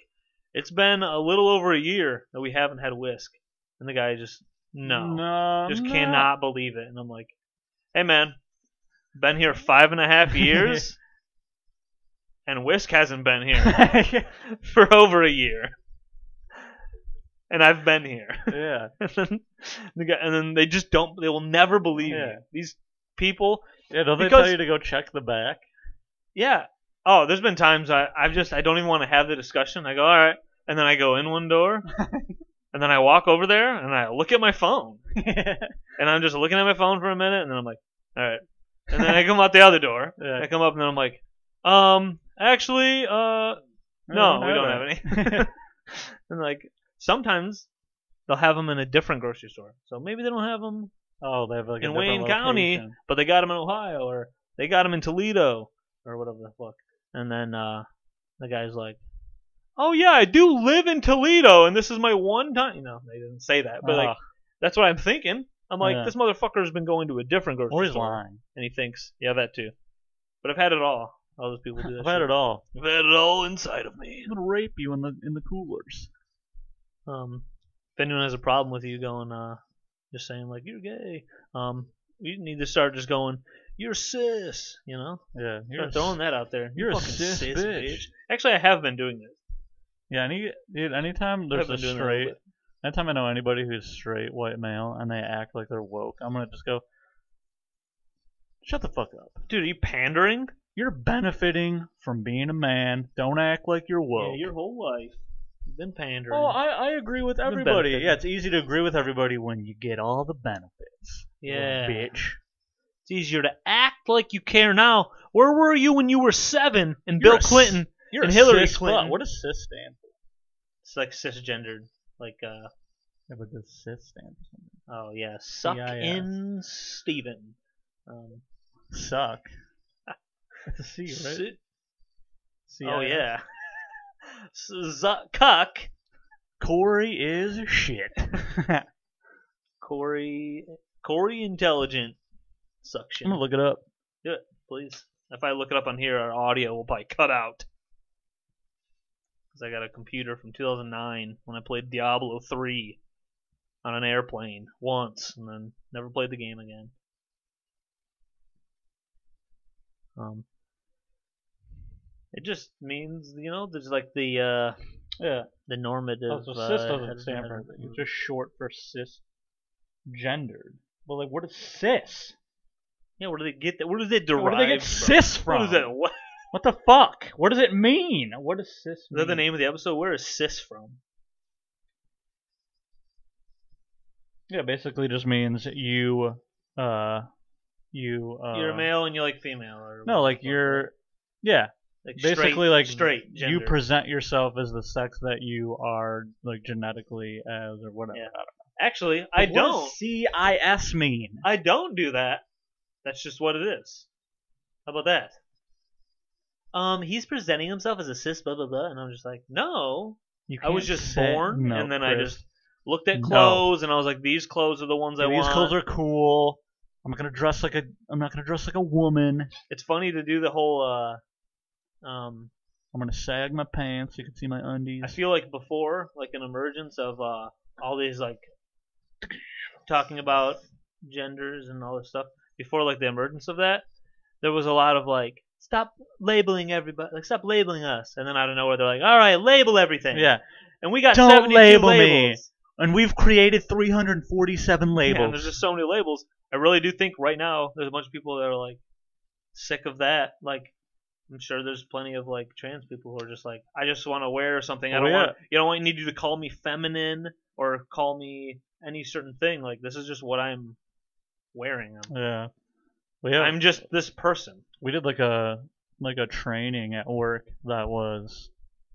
A: it's been a little over a year that we haven't had whisk, and the guy just no,
B: no
A: just
B: no.
A: cannot believe it. And I'm like, hey man, been here five and a half years, and whisk hasn't been here [laughs] for over a year, and I've been here.
B: [laughs]
A: [laughs]
B: yeah,
A: and then the guy, and then they just don't. They will never believe you.
B: Yeah.
A: These people,
B: yeah. Don't they
A: Because-
B: tell you to go check the
A: [laughs]
B: back?
A: yeah. Oh, there's been times I, I've just I don't even want to have the discussion. I go all right, and then I go in one door, and then I walk over there and I look at my phone,
B: yeah,
A: and I'm just looking at my phone for a minute, and then I'm like, all right, and then I come out the other door. I come up and then I'm like, um, actually, uh, no, we don't have any. [laughs] and like sometimes they'll have them in a different grocery store, so maybe they don't have them
B: Oh, they have like a
A: In
B: different
A: Wayne County.
B: location.
A: but they got him in Ohio or they got him in Toledo or whatever the fuck. And then uh, the guy's like, "Oh yeah, I do live in Toledo, and this is my one time." You know, they didn't say that, but like
B: Ah,
A: that's what I'm thinking. I'm like,
B: Yeah.
A: this motherfucker's been going to a different grocery
B: or he's
A: store,
B: lying.
A: and he thinks, "Yeah, that too." But I've had it all. All those
B: [laughs]
A: people do that.
B: I've had
A: shit.
B: it all.
A: I've had it all inside of me.
B: I'm gonna rape you in the in the coolers.
A: Um, if anyone has a problem with you going, uh, just saying like you're gay, um, you need to start just going, "You're cis," you know.
B: Yeah,
A: You're throwing that out there.
B: you're a
A: fucking
B: cis bitch.
A: Actually, I have been doing this.
B: Yeah, any dude, anytime
A: I've
B: there's
A: been
B: a
A: doing that a
B: straight,
A: little bit.
B: anytime I know anybody who's straight white male and they act like they're woke, I'm gonna just go, shut the fuck up.
A: Dude, are you pandering?
B: You're benefiting from being a man. Don't act like you're woke.
A: Yeah, your whole life. You've been pandering.
B: oh, I, I agree with
A: You've been
B: everybody.
A: benefiting.
B: Yeah, it's easy to agree with everybody when you get all the benefits. little
A: yeah.
B: bitch.
A: It's easier to act like you care now. Where were you when you were seven and
B: You're a
A: Bill
B: s-
A: Clinton?
B: You're
A: And
B: a
A: Hillary
B: cis
A: Clinton.
B: slut. What does cis stand for?
A: It's like cisgendered. Like, uh,
B: Yeah, but does cis stand for something?
A: oh yeah, suck
B: Yeah, yeah.
A: in Steven. Um,
B: Suck. That's a C, right?
A: si-
B: C-
A: oh yeah. [laughs] Zuck, cuck.
B: Corey is shit. [laughs] I'm
A: Corey. Corey intelligent. Suction.
B: gonna look it up.
A: please. If I look it up on here, our audio will probably cut out. Because I got a computer from 2009 when I played Diablo 3 on an airplane once and then never played the game again. Um, it just means, you know, there's like the uh,
B: Yeah.
A: the normative.
B: Oh, so
A: uh,
B: cis doesn't stand for anything. It's just short for cis gendered. But like, what is cis?
A: Yeah, where do they get that? Where does it derive?
B: Where do they get
A: from?
B: cis
A: What
B: from?
A: is that? What?
B: What the fuck? What does it mean? What does cis
A: Is
B: mean?
A: that the name of the episode? Where is cis from?
B: Yeah, basically just means you, uh, you. Uh,
A: you're male and you like female, or
B: No, like you're. Yeah,
A: like
B: basically
A: straight,
B: like
A: straight.
B: you
A: gender.
B: present yourself as the sex that you are like genetically as or whatever.
A: Yeah. Actually, I
B: But what does
A: don't.
B: CIS mean?
A: I don't do that. That's just what it is. How about that? Um, he's presenting himself as a cis blah blah blah, and I'm just like, no.
B: You
A: I was
B: can't
A: just
B: say-
A: born,
B: no,
A: and then I
B: Chris.
A: just looked at
B: No.
A: clothes, and I was like, these clothes are the ones I
B: These
A: want.
B: clothes are cool. I'm not gonna dress like a. I'm not gonna dress like a woman.
A: It's funny to do the whole. uh Um,
B: I'm gonna sag my pants. so You can see my undies.
A: I feel like before, like an emergence of uh all these like [clears throat] talking about genders and all this stuff before like the emergence of that there was a lot of like stop labeling everybody like stop labeling us and then out of nowhere they're like all right label everything
B: Yeah,
A: and we got
B: Don't
A: 72
B: label me.
A: labels
B: and we've created 347
A: Yeah, and
B: labels.
A: there's just so many labels i really do think right now there's a bunch of people that are like sick of that like i'm sure there's plenty of like trans people who are just like i just want to wear something i
B: Oh,
A: don't
B: yeah.
A: want you don't want need you to call me feminine or call me any certain thing like this is just what i'm wearing I'm
B: yeah. Well, yeah.
A: I'm just this person.
B: we did like a like a training at work that was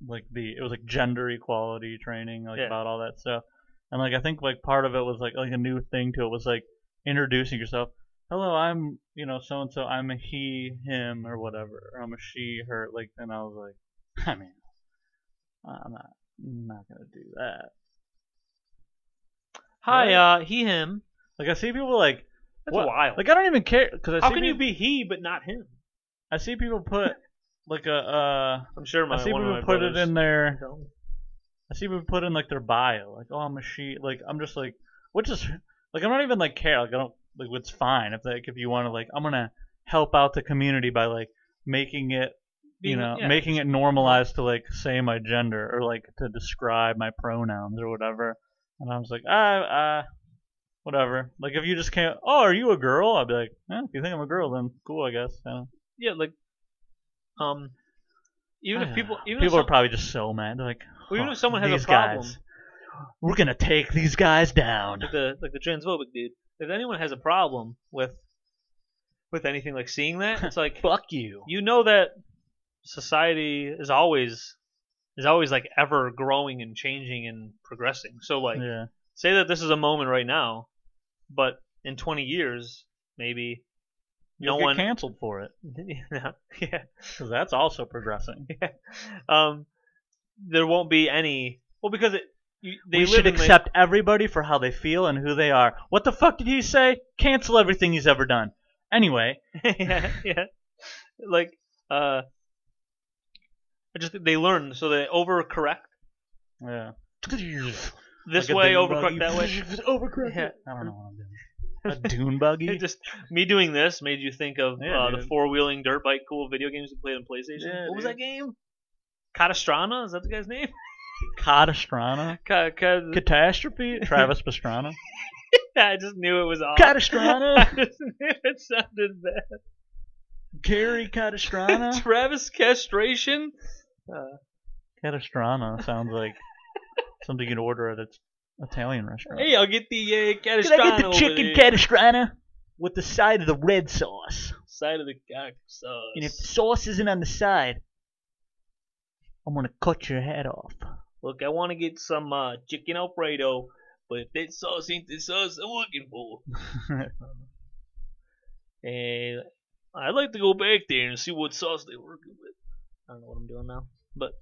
B: like the it was like gender equality training like
A: Yeah.
B: about all that stuff and like i think like part of it was like like a new thing to it was like introducing yourself hello i'm you know so and so i'm a he him or whatever or i'm a she her like and i was like i mean i'm not I'm not gonna do that
A: Hi,
B: Right.
A: uh, he, him.
B: like i see people like
A: That's
B: What?
A: wild.
B: like i don't even care because
A: how can you be he but not him?
B: I see people put like a uh,
A: I'm sure my
B: I see
A: one of
B: people
A: my
B: put it
A: brothers-
B: in their
A: Tell me.
B: I see people put in like their bio, like, oh, I'm a she. Like, I'm just like, which is like, I'm not even like care. Like, I don't like. It's fine if like if you want to like, I'm gonna help out the community by like making it, you
A: Being-
B: know,
A: yeah.
B: making it normalized to like say my gender or like to describe my pronouns or whatever. And I was like, ah, uh, whatever. Like, if you just can't, oh, are you a girl? I'd be like, eh, if you think I'm a girl, then cool, I guess. I don't-
A: Yeah, like um even if people even
B: people
A: if
B: are probably just so mad. They're like,
A: Well, even
B: "Huh,
A: if someone has a
B: these
A: problem-
B: guys, we're gonna take these guys down.
A: like the like the transphobic dude. If anyone has a problem with with anything like seeing that, it's
B: [laughs]
A: like
B: Fuck you.
A: you know that society is always is always like ever growing and changing and progressing. So like
B: yeah.
A: say that this is a moment right now, but in 20 years maybe
B: You'll
A: no
B: get
A: one
B: canceled for it
A: [laughs] yeah.
B: 'cause that's also progressing.
A: Um there won't be any well because it you, they
B: we
A: live
B: should
A: in the-
B: accept everybody for how they feel and who they are. What the fuck did he say? Cancel everything he's ever done. Anyway,
A: [laughs] yeah, yeah. Like, uh, I just they learn, so they overcorrect
B: yeah.
A: this
B: Like a
A: way,
B: dune
A: overcorrect
B: buggy. [laughs]
A: that way.
B: overcorrect.
A: Yeah.
B: I don't know what I'm doing.
A: [laughs]
B: A dune buggy.
A: It just me doing this made you think of
B: Yeah,
A: uh, the
B: dude.
A: four wheeling dirt bike cool video games we played on PlayStation.
B: Yeah,
A: what was
B: dude.
A: that game? Catastrana? Is that the guy's name? [laughs]
B: Catastrana.
A: Ca- ca- [laughs]
B: Catastrophe. Travis Pastrana.
A: I just knew it was off. [laughs] I
B: Catastrana.
A: just knew it sounded bad.
B: Gary Catastrana.
A: Travis Castration?
B: Catastrana sounds like something you'd order at an Italian restaurant.
A: Hey, I'll get the uh, Catastrana.
B: Can I get the
A: over
B: chicken
A: there.
B: catastrana with the side of the red sauce?
A: Side of the cock sauce.
B: And if the sauce isn't on the side, I'm gonna cut your head off.
A: Look, I want to get some uh, chicken Alfredo, but if that sauce ain't the sauce I'm looking for,
B: [laughs]
A: and I'd like to go back there and see what sauce they're working with. I don't know what I'm doing now, but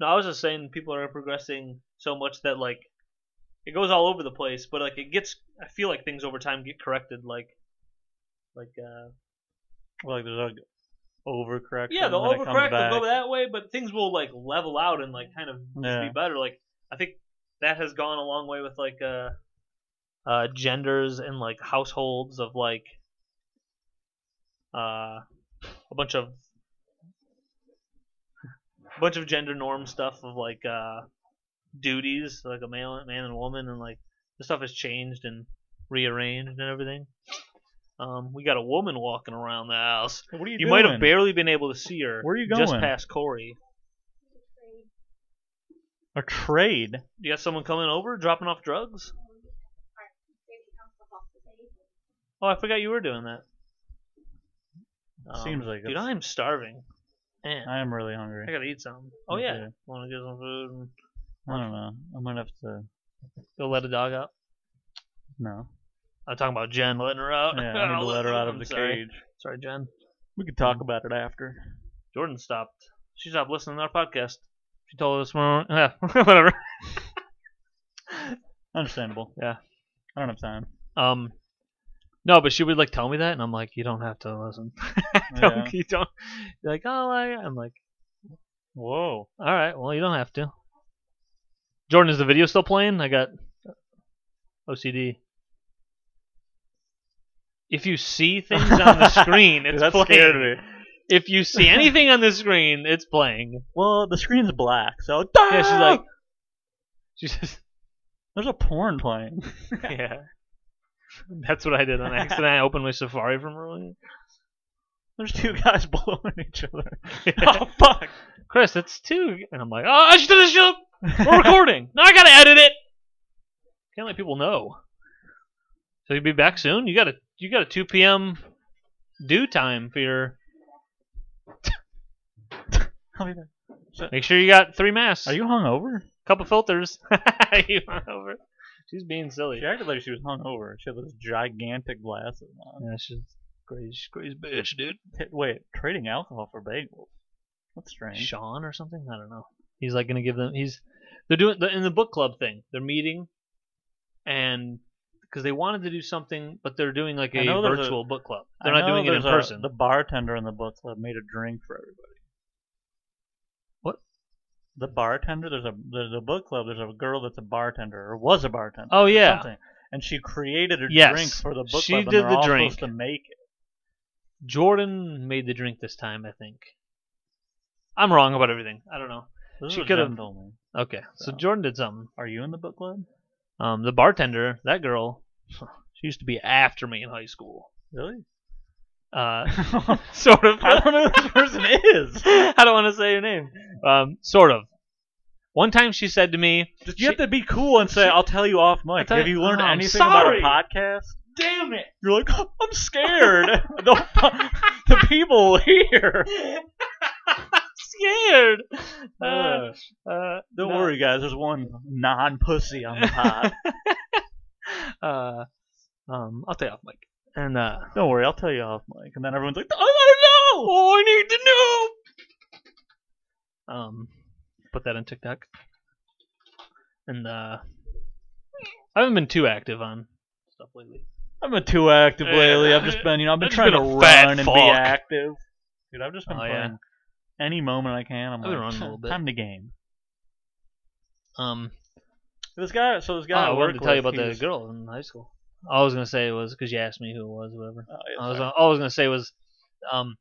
A: no, I was just saying people are progressing so much that like it goes all over the place, but like it gets. I feel like things over time get corrected, like like uh
B: Like there's like overcorrection.
A: yeah, they'll overcorrect, they'll go that way, but things will like level out and like kind of just
B: Yeah.
A: be better. Like I think that has gone a long way with like uh, uh genders and like households of like uh a bunch of a bunch of gender norm stuff of like uh duties like a male man and woman and like this stuff has changed and rearranged and everything. Um, we got a woman walking around the house.
B: What are
A: You might have barely been able to see her.
B: Where are you
A: Just
B: going?
A: past Corey.
B: a trade.
A: You got someone coming over, dropping off drugs? Oh, I forgot you were doing that. Um,
B: Seems like
A: dude,
B: it's-
A: I'm starving. Man,
B: I am really
A: I
B: hungry.
A: gotta eat something. Oh
B: Me
A: yeah,
B: too.
A: want to get some food and
B: I don't know. I might have to.
A: go let a dog out. [laughs]
B: No.
A: I'm talking about Jen letting her out. [laughs]
B: Yeah, I need to
A: I'll
B: let her out of
A: I'm
B: the
A: sorry.
B: cage.
A: Sorry, Jen.
B: We could talk about it after.
A: Jordan stopped. She stopped listening to our podcast. She told us more. [laughs] Yeah, whatever.
B: Understandable.
A: Yeah.
B: I don't have
A: [laughs]
B: time.
A: Um, no, but she would like tell me that, and I'm like, you don't have to listen.
B: Yeah.
A: [laughs] don't, you don't. You're like, oh, I, I'm like,
B: Whoa.
A: all right, well, you don't have to. Jordan, is the video still playing? I got OCD. If you see things
B: [laughs]
A: on the screen, it's
B: That
A: playing.
B: scared me.
A: If you see anything on the screen, it's playing.
B: Well, the screen's black, so [laughs]
A: Yeah, she's like, she says,
B: there's a porn playing. [laughs]
A: yeah. That's what I did on accident. I opened my Safari from
B: [laughs]
A: earlier.
B: There's two guys [laughs] blowing each other.
A: oh
B: [laughs]
A: fuck, Chris, it's two. And I'm like, oh, I should have shut up. We're recording. Now I gotta edit it. Can't let people know. So you'll be back soon. You got a you got a 2 p.m. due time for your.
B: I'll be back.
A: Make sure you got three masks.
B: Are you hungover?
A: couple filters? [laughs] you went over. She's being silly.
B: She acted like she was hungover. She had those gigantic glasses on.
A: Yeah, she's crazy. She's a crazy bitch, dude.
B: T- Wait, trading alcohol for bagels? That's strange.
A: Sean or something. I don't know. He's like gonna give them. He's they're doing the, in the book club thing. They're meeting, and because they wanted to do something, but they're doing like
B: I
A: a
B: know there's a-
A: virtual book club.
B: I
A: They're not
B: know
A: doing it in
B: there's a-
A: person.
B: The bartender in the book club made a drink for everybody.
A: What?
B: The bartender. There's a there's a book club. There's a girl that's a bartender or was a bartender.
A: Oh,
B: or
A: yeah.
B: something. And she created a
A: Yes.
B: drink for the book
A: She
B: club. and
A: did
B: they're
A: the
B: all
A: drink.
B: Supposed to make it.
A: Jordan made the drink this time, I think. I'm wrong about everything. I don't know.
B: This
A: She
B: she could
A: could've-
B: have told me.
A: Okay, so
B: So-
A: Jordan did something.
B: Are you in the book
A: [laughs]
B: club?
A: Um, the bartender, that girl, [laughs] she used to be after me in high school.
B: Really?
A: Uh, [laughs]
B: I
A: sort of.
B: don't know who this [laughs] person is.
A: I don't want to say her name. Um, sort of. One time she said to me,
B: Just- You have to be cool and say, "I'll tell you off mic."
A: tell
B: Have
A: you-
B: you learned
A: Oh, I'm
B: anything
A: sorry.
B: about a podcast?
A: "Damn it!"
B: You're like, "Oh, I'm
A: [laughs]
B: scared. the, the people here.
A: Scared. Uh,
B: Uh,
A: uh,
B: don't
A: no.
B: worry, guys. There's one non-pussy on the
A: [laughs]
B: pod.
A: Uh, um, I'll tell you off, Mike. And uh,
B: don't worry, I'll tell you off mic. And then everyone's like, I don't know.
A: oh, I need to know. Um, put that on TikTok. And uh, I haven't been too active on stuff lately.
B: I've been too active
A: Yeah.
B: lately. I've just been, you know, I've been
A: I've just
B: trying
A: been
B: to
A: a fat
B: run and be
A: fuck.
B: active. Dude, I've just been
A: Oh,
B: playing
A: yeah.
B: any moment I can. I'm
A: I've been
B: like,
A: running a little bit.
B: time to game.
A: Um,
B: This guy, so this
A: oh,
B: guy.
A: I
B: I
A: wanted to
B: work
A: tell you
B: with,
A: about the
B: he's-
A: girl in high school. All I was gonna say was because you asked me who it was, whatever.
B: Oh, yeah,
A: I was,
B: sorry.
A: all I was gonna say was, um,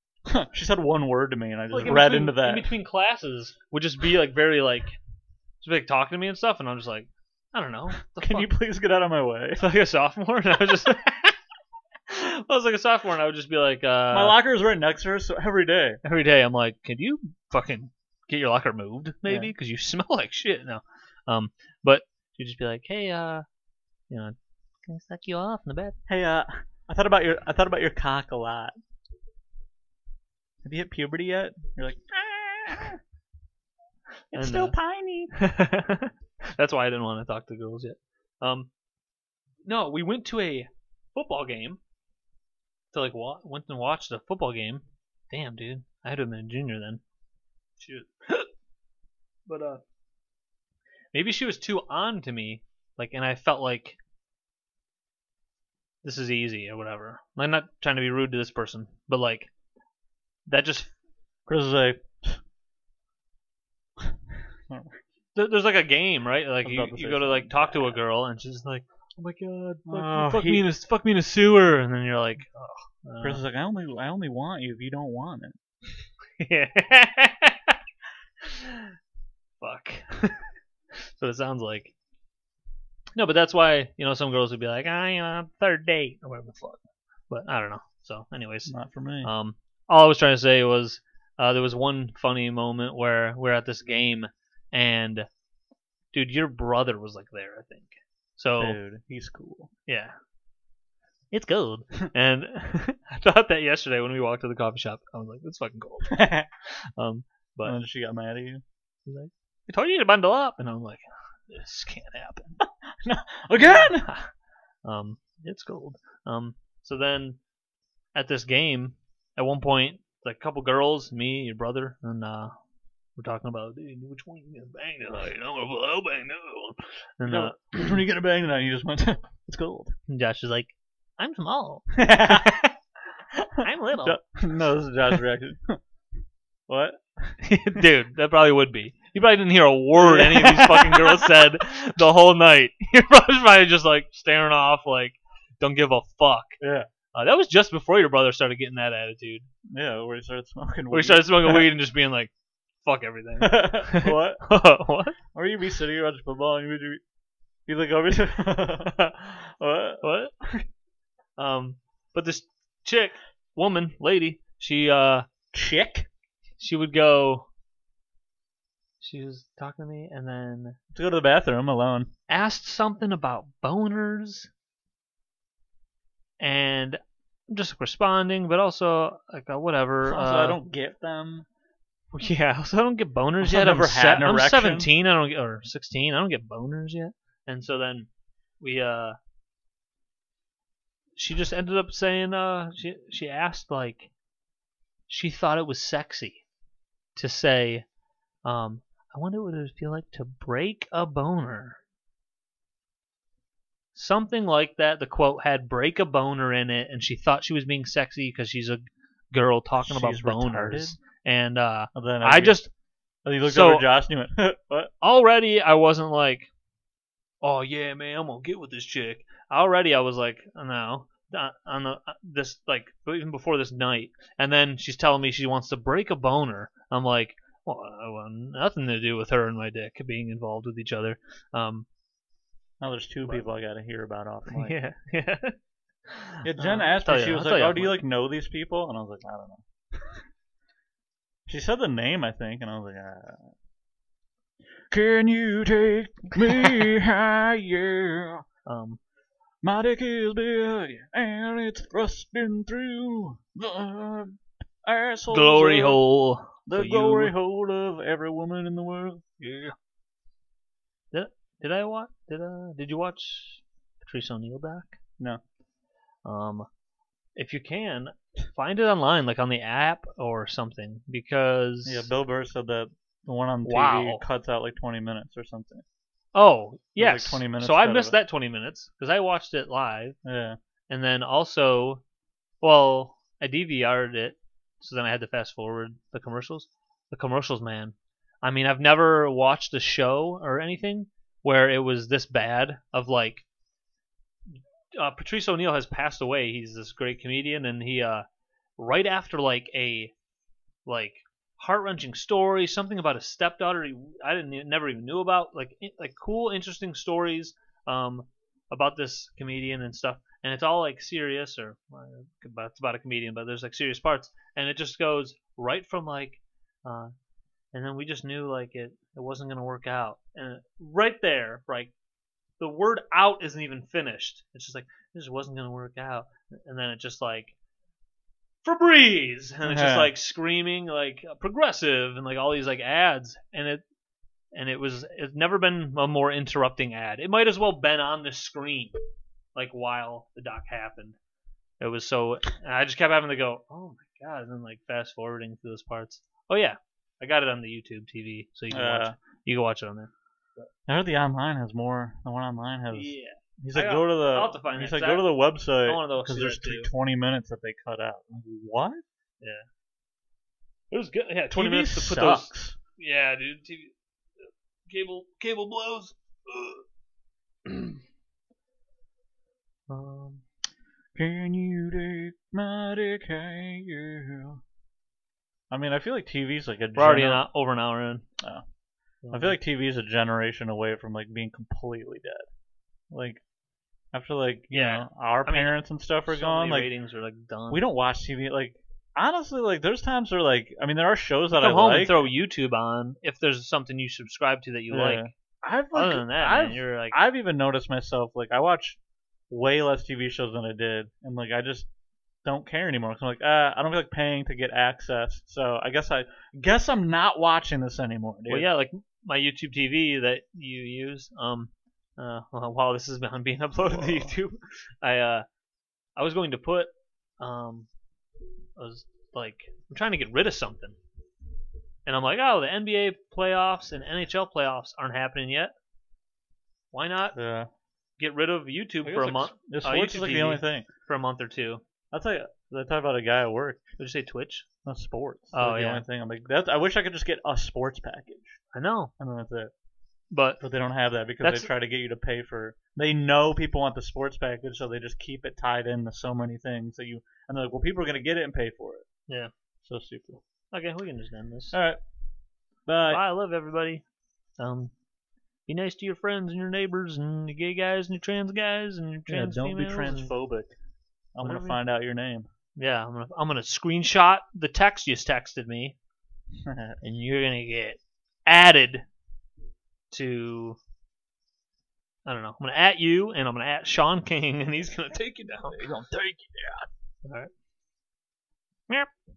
B: [laughs] she said one word to me, and I just
A: like in
B: read
A: between-
B: into that.
A: in between classes would just be like very like just be, like talking to me and stuff and I'm just like I don't know. what
B: [laughs]
A: the
B: Can
A: fuck?
B: you please get out of my way?
A: It's [laughs] like a sophomore and I was just [laughs] I was like a sophomore and I would just be like uh
B: my locker is right next to her, so every day.
A: every day I'm like could you fucking get your locker moved maybe because you [laughs] smell like shit now um but she'd just be like hey uh you know can I suck you off in the bed
B: Hey, uh, I thought about your I thought about your cock a lot. Have you hit puberty yet? You're like, "Ah,
A: And,
B: it's still
A: uh,
B: piney.
A: [laughs] That's why I didn't want to talk to girls yet. Um, no, we went to a football game. To like wa- went and watched a football game. Damn, dude, I had to have been a junior then. Shoot. [laughs] but uh, maybe she was too on to me. Like, and I felt like this is easy or whatever. I'm not trying to be rude to this person, but like that just
B: Chris is like,
A: There- there's like a game, right? Like
B: I was
A: you,
B: about to
A: you
B: say
A: go to like
B: something
A: talk to a girl, and she's like, "Oh my god, fuck,
B: Oh,
A: fuck
B: he-
A: me in a fuck me in a sewer," and then you're like, "Ugh, uh,
B: Chris is like, I only I only want you if you don't want it.
A: uh, [laughs] yeah, fuck." [laughs] That's what it sounds like. No, but that's why you know some girls would be like, "Ah, you know, third date or whatever the fuck," but I don't know. So, anyways,
B: It's not for me.
A: Um, all I was trying to say was uh, there was one funny moment where we're at this game, and dude, your brother was like there, I think. So
B: Dude, he's cool. [laughs]
A: yeah, it's cold. and [laughs] I thought that yesterday when we walked to the coffee shop, I was like, "It's fucking cold."
B: but
A: Um, but
B: and then she got mad at you
A: he's like, "I told you to bundle up," and I'm like, "This can't happen."
B: again.
A: um, it's cold. Um, so then at this game, at one point, like a couple girls, me, your brother, and uh, we're talking about dude, which one you gonna bang tonight? I'm gonna blow bang no. And uh,
B: [clears throat] when you get a bang tonight, you just went, [laughs] it's cold.
A: and Josh is like,
B: [laughs]
A: I'm small, I'm little,
B: Jo- no, this is Josh's reaction. what?
A: [laughs] dude. That probably would be. You probably didn't hear a word any
B: [laughs]
A: of these fucking girls said the whole night. [laughs] You're probably probably just like staring off, like don't give a fuck.
B: Yeah.
A: Uh, that was just before your brother started getting that attitude.
B: Yeah, where he started smoking.
A: We
B: weed.
A: started smoking weed and just being like, "Fuck everything."
B: [laughs] what?
A: what?
B: Or you'd be sitting here watching football and you'd be, you look over to [laughs] what?
A: What? Um, but this chick, woman, lady, she uh,
B: Chick?
A: she would go. She was talking to me and then
B: To go to the bathroom alone.
A: asked something about boners, and I'm just responding, but also like uh, whatever.
B: Also,
A: uh,
B: I don't get them.
A: [laughs] Yeah, also I don't get boners
B: Also,
A: yet.
B: I've
A: I'm,
B: never
A: se-
B: had an
A: I'm
B: erection.
A: 17. I don't get or 16. I don't get boners yet. And so then we uh she just ended up saying uh she she asked like she thought it was sexy to say um I wonder what it would feel like to break a boner. something like that. The quote had "break a boner" in it, and she thought she was being sexy because she's a girl talking about
B: She's
A: boners.
B: retarded?
A: And uh,
B: And then
A: I
B: re-
A: just
B: and he looked
A: so-
B: over at Josh and he went, [laughs] "What?"
A: already I wasn't like, oh yeah, man, I'm gonna get with this chick. Already I was like, no, uh, on the uh, this like even before this night, and then she's telling me she wants to break a boner. I'm like, well, I want nothing to do with her and my dick being involved with each other. Um,
B: Now there's two people I got to hear about off mic.
A: [laughs] yeah, yeah.
B: Yeah, Jen
A: Uh,
B: asked
A: I'll
B: me.
A: tell
B: She
A: you-
B: was
A: I'll tell
B: like,
A: you
B: "Oh,
A: off
B: do you
A: mic.
B: like know these people?" And I was like, "I don't know." [laughs] she said the name, I think, and I was like, uh, "Can you take [laughs] me higher?
A: Um,
B: My dick is big and it's thrusting through the asshole,
A: glory hole.
B: the
A: for
B: glory
A: you.
B: hole of every woman in the world." Yeah.
A: Did I watch? Did uh? Did you watch Patrice O'Neill doc?
B: No.
A: Um, if you can, find it online, like on the app or something, because
B: Yeah, Bill Burr said that the one on TV
A: Wow.
B: cuts out like 20 minutes or something.
A: oh
B: It was, like,
A: yes,
B: 20 minutes
A: so I
B: out of
A: missed
B: it.
A: that twenty minutes because I watched it live,
B: Yeah.
A: and then also, well, I DVR'd it, so then I had to fast forward the commercials. The commercials, man. I mean, I've never watched a show or anything where it was this bad. Of like, uh, Patrice O'Neill has passed away. He's this great comedian, and he, uh, right after like a, like heart wrenching story, something about his stepdaughter he, I didn't e- never even knew about, like in- like cool, interesting stories, um, about this comedian and stuff, and it's all like serious or well, about it's about a comedian, but there's like serious parts, and it just goes right from like, uh, and then we just knew like it it wasn't gonna work out, and right there, like the word out isn't even finished. It's just like this wasn't gonna work out, and then it just like Febreze, and it's just
B: Uh-huh.
A: like screaming like progressive and like all these like ads, and it and it was it's never been a more interrupting ad. It might as well been on the screen, like while the doc happened. It was so and I just kept having to go, oh my god, and then like fast forwarding through those parts. Oh yeah, I got it on the YouTube TV, so you can watch
B: Uh.
A: you can watch it on there.
B: I heard the online has more. The one online has.
A: Yeah,
B: He's
A: I
B: like,
A: got-
B: go to the.
A: I'll have to find
B: he's
A: that,
B: like,
A: 'cause
B: go to the
A: I wanna
B: website
A: go see
B: because there's
A: that
B: t-
A: too.
B: 20 minutes that they cut out. I'm like, what?
A: it was good. Yeah, twenty
B: TV
A: minutes to put those.
B: sucks.
A: Yeah, dude, TV, cable cable blows. Ugh. um.
B: Can you take my dick higher? I mean, I feel like TV's like a.
A: We're already
B: gener-
A: an, over an hour in.
B: Oh. I feel like TV's a generation away from like being completely dead. Like, after like you
A: Yeah.
B: know our
A: I mean,
B: parents and stuff are
A: Mm-hmm. so
B: gone,
A: many
B: like
A: ratings are like done.
B: we don't watch TV. Like honestly, like there's times where like I mean there are shows that
A: come
B: I
A: home
B: like.
A: and throw YouTube on if there's something you subscribe to that you
B: Yeah.
A: like.
B: I've like,
A: Other than that,
B: I've,
A: man, you're like
B: I've even noticed myself like I watch way less TV shows than I did, and like I just don't care anymore. i I'm like ah, I don't feel like paying to get access, so I guess I guess I'm not watching this anymore, dude.
A: Well, yeah, like my YouTube TV that you use. Um, uh, [laughs] well, while this is on being uploaded to
B: Whoa.
A: YouTube, I uh, I was going to put, um, I was like, I'm trying to get rid of something, and I'm like, oh, the NBA playoffs and NHL playoffs aren't happening yet. Why not
B: Yeah.
A: get rid of YouTube
B: I guess,
A: for a
B: like,
A: month,
B: yeah,
A: uh,
B: sports is like
A: YouTube
B: the only
A: TV.
B: thing.
A: for a month or two?
B: That's like I talk about a guy at work.
A: Would you say Twitch?
B: Not sports. That's
A: Oh,
B: like, the
A: yeah.
B: only thing. I'm like that's, I wish I could just get a sports package,
A: I know,
B: and then that's it.
A: but
B: But they don't have that because
A: That's-
B: they try to get you to pay for. They know people want the sports package, so they just keep it tied in to so many things that you. And they're like, well, people are gonna get it and pay for it.
A: Yeah.
B: So stupid.
A: okay, we can just end this.
B: All right. Bye.
A: I love everybody. Um, be nice to your friends and your neighbors and the gay guys and your trans guys and your
B: Yeah,
A: trans
B: don't be
A: females and-
B: transphobic. I'm gonna
A: Whatever you-
B: find out your name.
A: yeah, I'm gonna I'm gonna screenshot the text you just
B: [laughs]
A: texted me, and you're gonna get added to. I don't know. I'm gonna at you, and I'm gonna at Sean King, and he's gonna take you down. He's gonna take you down. All right. Yep.